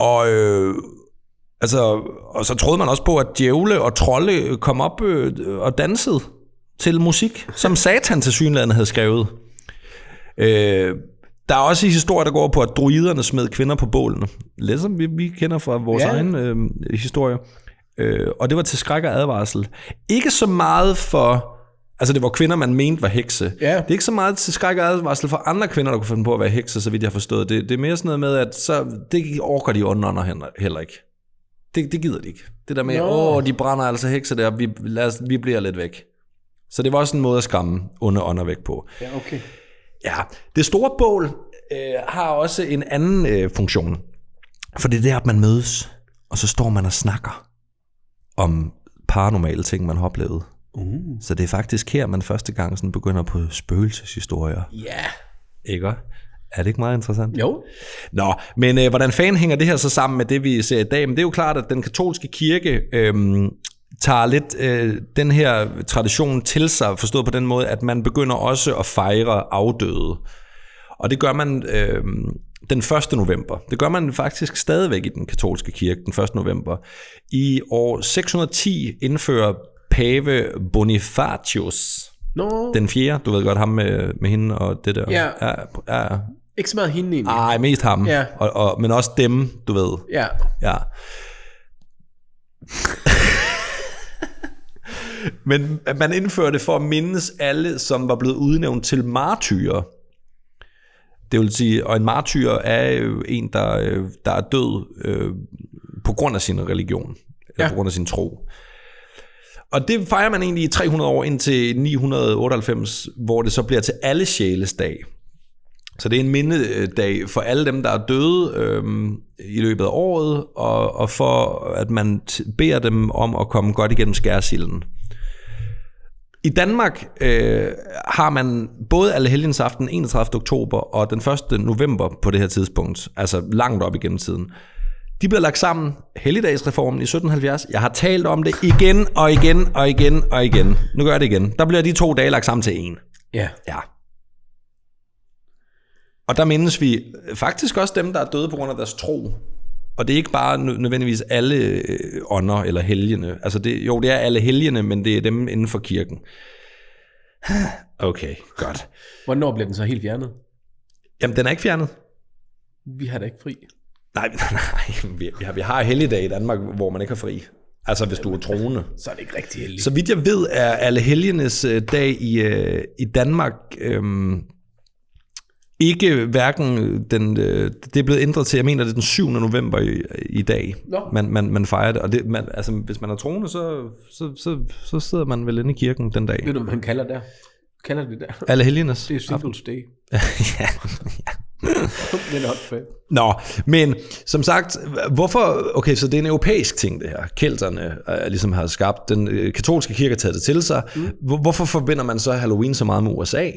Speaker 1: Og, øh, altså, og så troede man også på, at djævle og trolde øh, kom op øh, og dansede til musik, som Satan til synlandet havde skrevet. Øh, der er også historier, der går på, at druiderne smed kvinder på bålene. Lidt som vi, vi kender fra vores ja.
Speaker 2: Ja.
Speaker 1: egen øh, historie. Øh, og det var til skræk og advarsel. Ikke så meget for... Altså, det var kvinder, man mente var hekse.
Speaker 2: Ja.
Speaker 1: Det er ikke så meget til skræk og advarsel for andre kvinder, der kunne finde på at være hekse, så vidt jeg har forstået det. Det er mere sådan noget med, at så, det orker de ånderne heller- heller ikke. Det, det gider de ikke. Det der med, åh, de brænder altså hekse der, vi, lad os, vi bliver lidt væk. Så det var også en måde at skræmme under ånder væk på.
Speaker 2: Ja, okay.
Speaker 1: Ja, det store bål øh, har også en anden øh, funktion. For det er der, at man mødes, og så står man og snakker om paranormale ting, man har oplevet. Uh. Så det er faktisk her, man første gang sådan begynder på spøgelseshistorier. Ja. Yeah. Ikke? Er det ikke meget interessant?
Speaker 2: Jo.
Speaker 1: Nå, men øh, hvordan fanden hænger det her så sammen med det, vi ser i dag? Men det er jo klart, at den katolske kirke øh, tager lidt øh, den her tradition til sig, forstået på den måde, at man begynder også at fejre afdøde. Og det gør man øh, den 1. november. Det gør man faktisk stadigvæk i den katolske kirke den 1. november. I år 610 indfører pave Bonifatius
Speaker 2: Nå,
Speaker 1: den 4. Du ved godt ham med, med hende og det der.
Speaker 2: Ja.
Speaker 1: ja, ja.
Speaker 2: ikke så meget hende egentlig.
Speaker 1: Ej, mest ham.
Speaker 2: Ja.
Speaker 1: Og, og, men også dem, du ved.
Speaker 2: Ja.
Speaker 1: Ja. men man indførte det for at mindes alle, som var blevet udnævnt til martyrer. Det vil sige, og en martyr er jo en, der, øh, der er død øh, på grund af sin religion, eller ja.
Speaker 2: Ja.
Speaker 1: på grund af sin tro. Og det fejrer man egentlig i 300 år indtil 998, hvor det så bliver til alle sjæles dag. Så det er en mindedag for alle dem, der er døde øhm, i løbet af året, og, og for at man t- beder dem om at komme godt igennem skærsilden. I Danmark øh, har man både Allehelgensaften 31. oktober og den 1. november på det her tidspunkt, altså langt op igennem tiden. De bliver lagt sammen. Helligdagsreformen i 1770. Jeg har talt om det igen og igen og igen og igen. Nu gør jeg det igen. Der bliver de to dage lagt sammen til en.
Speaker 2: Ja.
Speaker 1: Ja. Og der mindes vi faktisk også dem, der er døde på grund af deres tro. Og det er ikke bare nø- nødvendigvis alle øh, ånder eller helgene. Altså det, jo, det er alle helgene, men det er dem inden for kirken. Okay, godt.
Speaker 2: Hvornår bliver den så helt fjernet?
Speaker 1: Jamen, den er ikke fjernet.
Speaker 2: Vi har da ikke fri.
Speaker 1: Nej, nej vi, vi, har, vi har helligdag i Danmark, hvor man ikke har fri. Altså, hvis du er troende.
Speaker 2: Så er det ikke rigtig heldigt.
Speaker 1: Så vidt jeg ved, er alle helgenes øh, dag i, øh, i Danmark øhm, ikke hverken den... Øh, det er blevet ændret til, jeg mener, det er den 7. november i, i dag,
Speaker 2: Nå.
Speaker 1: man, man, man fejrer det. Og det, man, altså, hvis man er troende, så, så, så, så sidder man vel inde i kirken den dag.
Speaker 2: Ved du, hvad man kalder der? Kalder det der?
Speaker 1: Alle helgenes.
Speaker 2: Det er Singles Day.
Speaker 1: ja.
Speaker 2: Den er hot
Speaker 1: Nå, men som sagt, hvorfor... Okay, så det er en europæisk ting, det her. Kelterne øh, ligesom har skabt. Den øh, katolske kirke har taget det til sig. Mm. Hvorfor forbinder man så Halloween så meget med USA?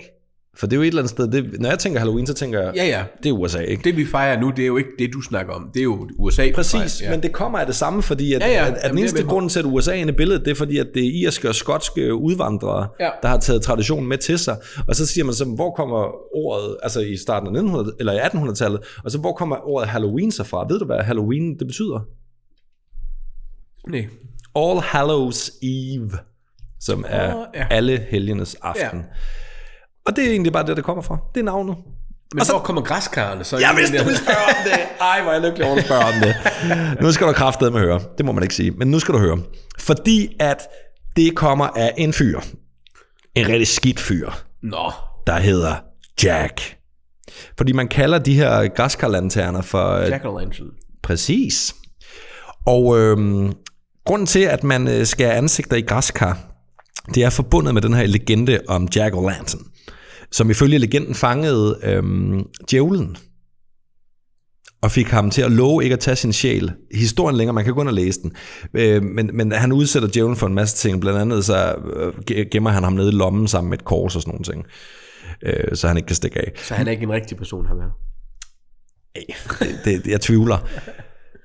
Speaker 1: For det er jo et eller andet sted... Det, når jeg tænker Halloween, så tænker jeg,
Speaker 2: Ja, ja.
Speaker 1: det er USA, ikke?
Speaker 2: Det vi fejrer nu, det er jo ikke det, du snakker om. Det er jo USA. vi
Speaker 1: Præcis,
Speaker 2: fejrer.
Speaker 1: ja. men det kommer af det samme, fordi at,
Speaker 2: Ja,
Speaker 1: ja,
Speaker 2: ja.
Speaker 1: ja. at, at
Speaker 2: Jamen,
Speaker 1: den
Speaker 2: det er
Speaker 1: eneste
Speaker 2: med på.
Speaker 1: grund til, at USA er inde i billedet, det er fordi, at det er irske og skotske udvandrere,
Speaker 2: Ja.
Speaker 1: ja. der har taget traditionen med til sig. Og så siger man så, hvor kommer ordet, altså i starten af 1900, eller i 1800-tallet, og så hvor kommer ordet Halloween så fra? Ved du, hvad Halloween det betyder?
Speaker 2: Nej.
Speaker 1: All Hallows Eve, som er
Speaker 2: Åh,
Speaker 1: oh,
Speaker 2: ja.
Speaker 1: ja. alle helgenes aften.
Speaker 2: Ja.
Speaker 1: Ja. Og det er egentlig bare det, der kommer fra. Det er navnet.
Speaker 2: Men så, hvor kommer græskarrene så?
Speaker 1: Jeg vidste, du ville spørge om det. Ej, hvor er jeg lykkelig over, at du spørger om det. Nu skal du kraftedeme med høre. Det må man ikke sige. Men nu skal du høre. Fordi at det kommer af en fyr. En rigtig skidt fyr,
Speaker 2: Nå.
Speaker 1: der hedder Jack. Fordi man kalder de her græskarlanterner for... øh,
Speaker 2: jack o
Speaker 1: Præcis. Og øhm, grunden til, at man øh, skærer ansigter i græskar, det er forbundet med den her legende om Jack O'Lantern, som ifølge legenden fangede øhm, djævlen og fik ham til at love ikke at tage sin sjæl. Historien længere, man kan gå ind og læse den. Øh, men, men han udsætter djævlen for en masse ting. Blandt andet så øh, ge- gemmer han ham nede i lommen sammen med et kors og sådan nogle ting. Øh, så han ikke kan stikke af.
Speaker 2: Så han er ikke en rigtig person, ham her.
Speaker 1: det, det, jeg tvivler.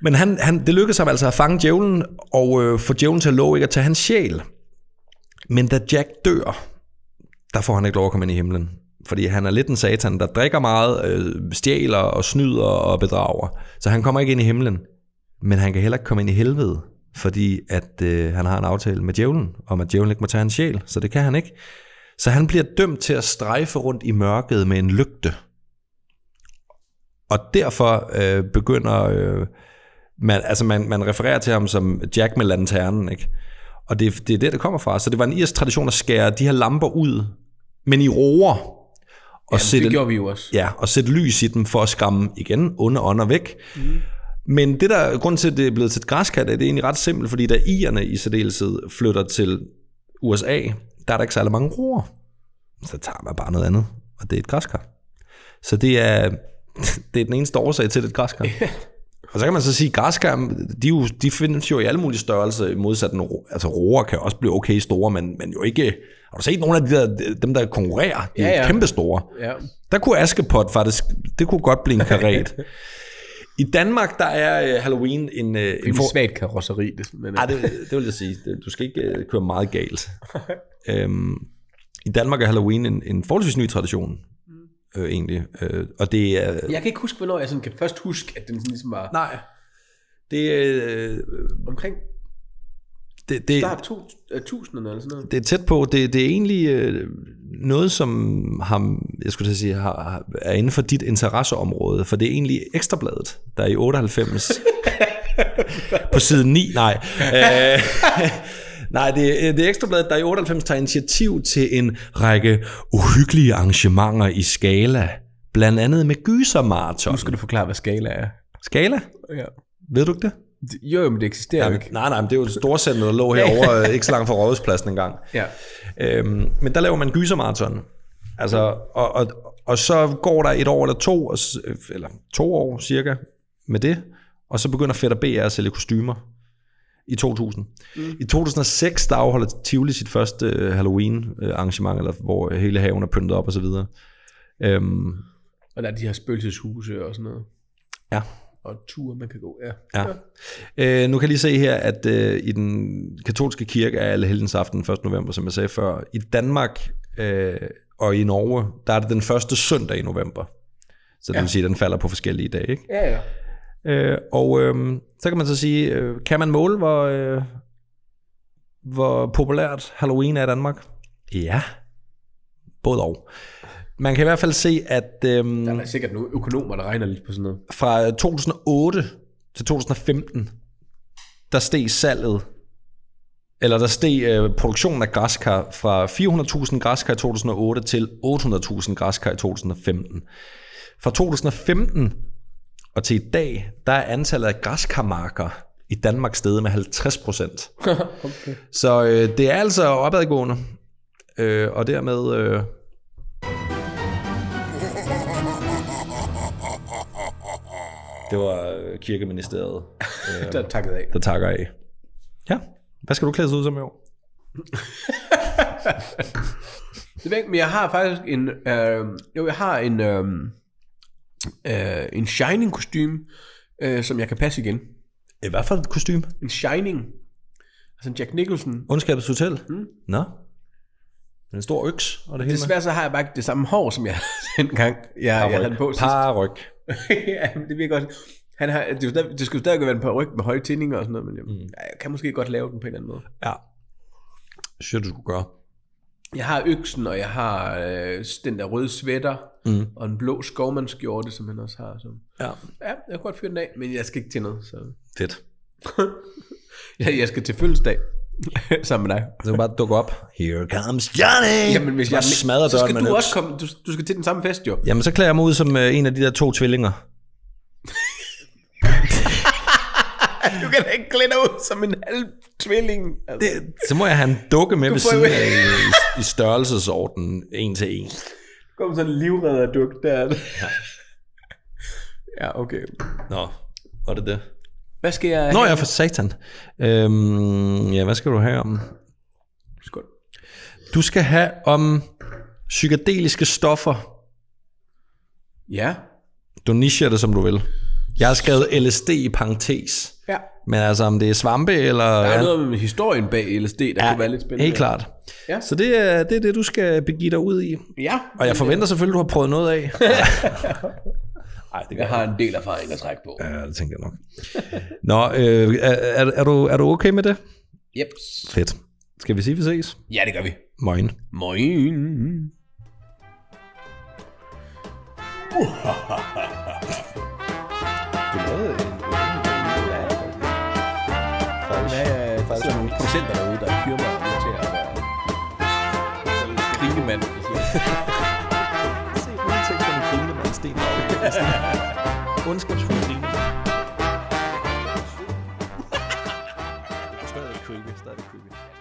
Speaker 1: Men han, han, det lykkedes ham altså at fange djævlen, og øh, få djævlen til at love ikke at tage hans sjæl. Men da Jack dør, der får han ikke lov at komme ind i himlen. Fordi han er lidt en satan, der drikker meget, øh, stjæler og snyder og bedrager. Så han kommer ikke ind i himlen. Men han kan heller ikke komme ind i helvede, fordi at øh, han har en aftale med djævlen, om at djævlen ikke må tage hans sjæl, så det kan han ikke. Så han bliver dømt til at strejfe rundt i mørket med en lygte. Og derfor øh, begynder øh, man, altså man, man refererer til ham som Jack med lanternen, ikke? Og det, det er det, der kommer fra. Så det var en irsk tradition at skære de her lamper ud, men i roer. Og
Speaker 2: Jamen, det
Speaker 1: sætte-
Speaker 2: gjorde vi jo også.
Speaker 1: Ja, og sætte lys i dem for at skræmme igen onde ånder væk. Mm. Men det der grund til, at det er blevet til et græskat, er det er egentlig ret simpelt, fordi da irerne i særdeleshed flytter til USA, der er der ikke særlig mange roer. Så tager man bare noget andet, og det er et græskar. Så det er, det er den eneste årsag til, at det er et græskar. Og så kan man så sige, at græskar, de, er jo, de findes jo i alle mulige størrelser, i modsat en ro, altså roer kan også blive okay store, men, men jo ikke, har du set nogle af de der, dem, der konkurrerer? De er ja,
Speaker 2: Ja, ja.
Speaker 1: ja. kæmpe store.
Speaker 2: Ja.
Speaker 1: Der kunne Askepot faktisk, det kunne godt blive en karet. I Danmark, der er øh, Halloween en... øh,
Speaker 2: Det er
Speaker 1: en for...
Speaker 2: for... svagt karosseri, det, men, øh.
Speaker 1: Ej, det, det vil jeg sige. Det, du skal ikke øh, køre meget galt. øhm, I Danmark er Halloween en, en forholdsvis ny tradition,
Speaker 2: Mm.
Speaker 1: øh, egentlig. Øh, og det er...
Speaker 2: Jeg kan ikke huske, hvornår jeg sådan kan først huske, at den sådan ligesom var Nej.
Speaker 1: Nej. Det er... Øh,
Speaker 2: omkring
Speaker 1: det, det,
Speaker 2: start 2000'erne øh, eller sådan noget.
Speaker 1: det er tæt på. Det, det er egentlig øh, noget, som ham, jeg skulle til at sige, har, har- er inden for dit interesseområde, for det er egentlig Ekstrabladet, der i 98 på side 9, nej. Øh, nej, det, er- det er Ekstrabladet, der i 98 tager initiativ til en række uhyggelige arrangementer i Skala, blandt andet med gysermaraton.
Speaker 2: Nu skal du forklare, hvad skala er.
Speaker 1: Skala?
Speaker 2: Ja.
Speaker 1: Ved du ikke det?
Speaker 2: Det- Jo, jo, men det eksisterer jo
Speaker 1: Jamen,
Speaker 2: ikke.
Speaker 1: nej, nej, men det er jo et storcenter, der lå herovre, øh, ikke så langt fra Rådhuspladsen engang.
Speaker 2: Ja.
Speaker 1: Øhm, men der laver man gysermaraton. Altså, og, og, og så går der et år eller to, og s- eller to år cirka, med det, og så begynder Fætter BR at sælge kostymer i 2000. Mm. I 2006, der afholder Tivoli sit første øh, Halloween-arrangement, eller hvor hele haven er pyntet op og så videre. Øhm,
Speaker 2: Og der er de her spøgelseshuse og sådan noget.
Speaker 1: ja,
Speaker 2: og ture, man kan gå. Ja.
Speaker 1: Ja. Øh, nu kan jeg lige se her, at øh, i den katolske kirke er alle helgens aften 1. november, som jeg sagde før. I Danmark øh, og i Norge, der er det den første søndag i november. Så det ja. vil sige, at den falder på forskellige dage. Ikke?
Speaker 2: Ja, ja.
Speaker 1: Øh, og øh, så kan man så sige, øh, kan man måle, hvor, øh, hvor populært Halloween er i Danmark? Ja, både og. Man kan i hvert fald se, at øh,
Speaker 2: Der er sikkert nogle økonomer, der regner lidt på sådan noget.
Speaker 1: fra 2008 til 2015, der steg salget, eller der steg øh, produktionen af græskar fra 400.000 græskar i 2008 til 800.000 græskar i 2015. Fra 2015 og til i dag, der er antallet af græskarmarker i Danmark steget med 50 procent. okay. Så øh, det er altså opadgående, øh, og dermed... Øh, det var øh, kirkeministeriet,
Speaker 2: Der er takket af.
Speaker 1: der takker af. Ja, hvad skal du klædes ud som i år?
Speaker 2: Det ved jeg ikke, men jeg har faktisk en... Øh, jo, jeg har en... Øh, øh, en shining kostume, øh, som jeg kan passe igen.
Speaker 1: I hvert fald et kostume.
Speaker 2: En shining. Altså en Jack Nicholson.
Speaker 1: Undskabets Hotel. Mm. Nå. En stor øks og det hele.
Speaker 2: Desværre så har jeg bare ikke det samme hår, som jeg dengang, jeg, jeg havde den på sidst.
Speaker 1: Parryk.
Speaker 2: ja, men det virker godt. Han har, det, er jo stadig- det skulle stadig være en par ryg med høje tændinger og sådan noget, men jeg, mm. jeg kan måske godt lave den på en eller anden måde.
Speaker 1: Ja. Det synes jeg, du skulle gøre.
Speaker 2: Jeg har øksen, og jeg har øh, den der røde sweater, mm. og en blå skovmandskjorte, som han også har. Så.
Speaker 1: Ja.
Speaker 2: Ja, jeg kan godt fyre den af, men jeg skal ikke til noget. Så.
Speaker 1: Fedt.
Speaker 2: Jeg, jeg skal til fødselsdag sammen med dig.
Speaker 1: Så kan du bare dukke op. Here comes Johnny!
Speaker 2: Jamen, hvis jeg,
Speaker 1: bare smadrer
Speaker 2: så
Speaker 1: døren
Speaker 2: skal
Speaker 1: med en
Speaker 2: du
Speaker 1: øks.
Speaker 2: også komme, du, du skal til den samme fest jo.
Speaker 1: Jamen, så klæder jeg mig ud som øh, en af de der to tvillinger.
Speaker 2: Du kan da ikke klæde dig ud som en halv tvilling. Altså. Det,
Speaker 1: Så må jeg have en dukke med ved
Speaker 2: får
Speaker 1: siden
Speaker 2: jo-
Speaker 1: af i, i størrelsesorden en til en.
Speaker 2: kom sådan en livredderduk der. Ja. ja, okay.
Speaker 1: Nå, var det det?
Speaker 2: Hvad skal jeg...
Speaker 1: Nå, jeg er for satan. Øhm, ja, hvad skal du have om?
Speaker 2: Skål.
Speaker 1: Du skal have om psykedeliske stoffer.
Speaker 2: Ja.
Speaker 1: Du nicher det, som du vil. Jeg har skrevet LSD i parentes.
Speaker 2: Ja.
Speaker 1: Men altså, om det er svampe eller...
Speaker 2: Der er noget med historien bag LSD, der ja, kunne være lidt spændende.
Speaker 1: Helt klart.
Speaker 2: Ja.
Speaker 1: Så det er, det er det, du skal begive dig ud i.
Speaker 2: Ja.
Speaker 1: Og jeg forventer selvfølgelig, du har prøvet noget af. Nej, det
Speaker 2: Jeg har en del erfaring at trække på.
Speaker 1: Ja, det tænker jeg nok. Nå, øh, er, er, er, du, er du okay med det?
Speaker 2: Yep.
Speaker 1: Fedt. Skal vi sige, vi ses?
Speaker 2: Ja, det gør vi.
Speaker 1: Moin.
Speaker 2: Moin.
Speaker 5: Faktisk
Speaker 2: nogle producenter derude, der hyrer mig til at være sådan en grinemand.
Speaker 1: set nogen ting, som en grinende mand sten Ondskabsfuld grinende mand. Stadig creepy, stadig creepy.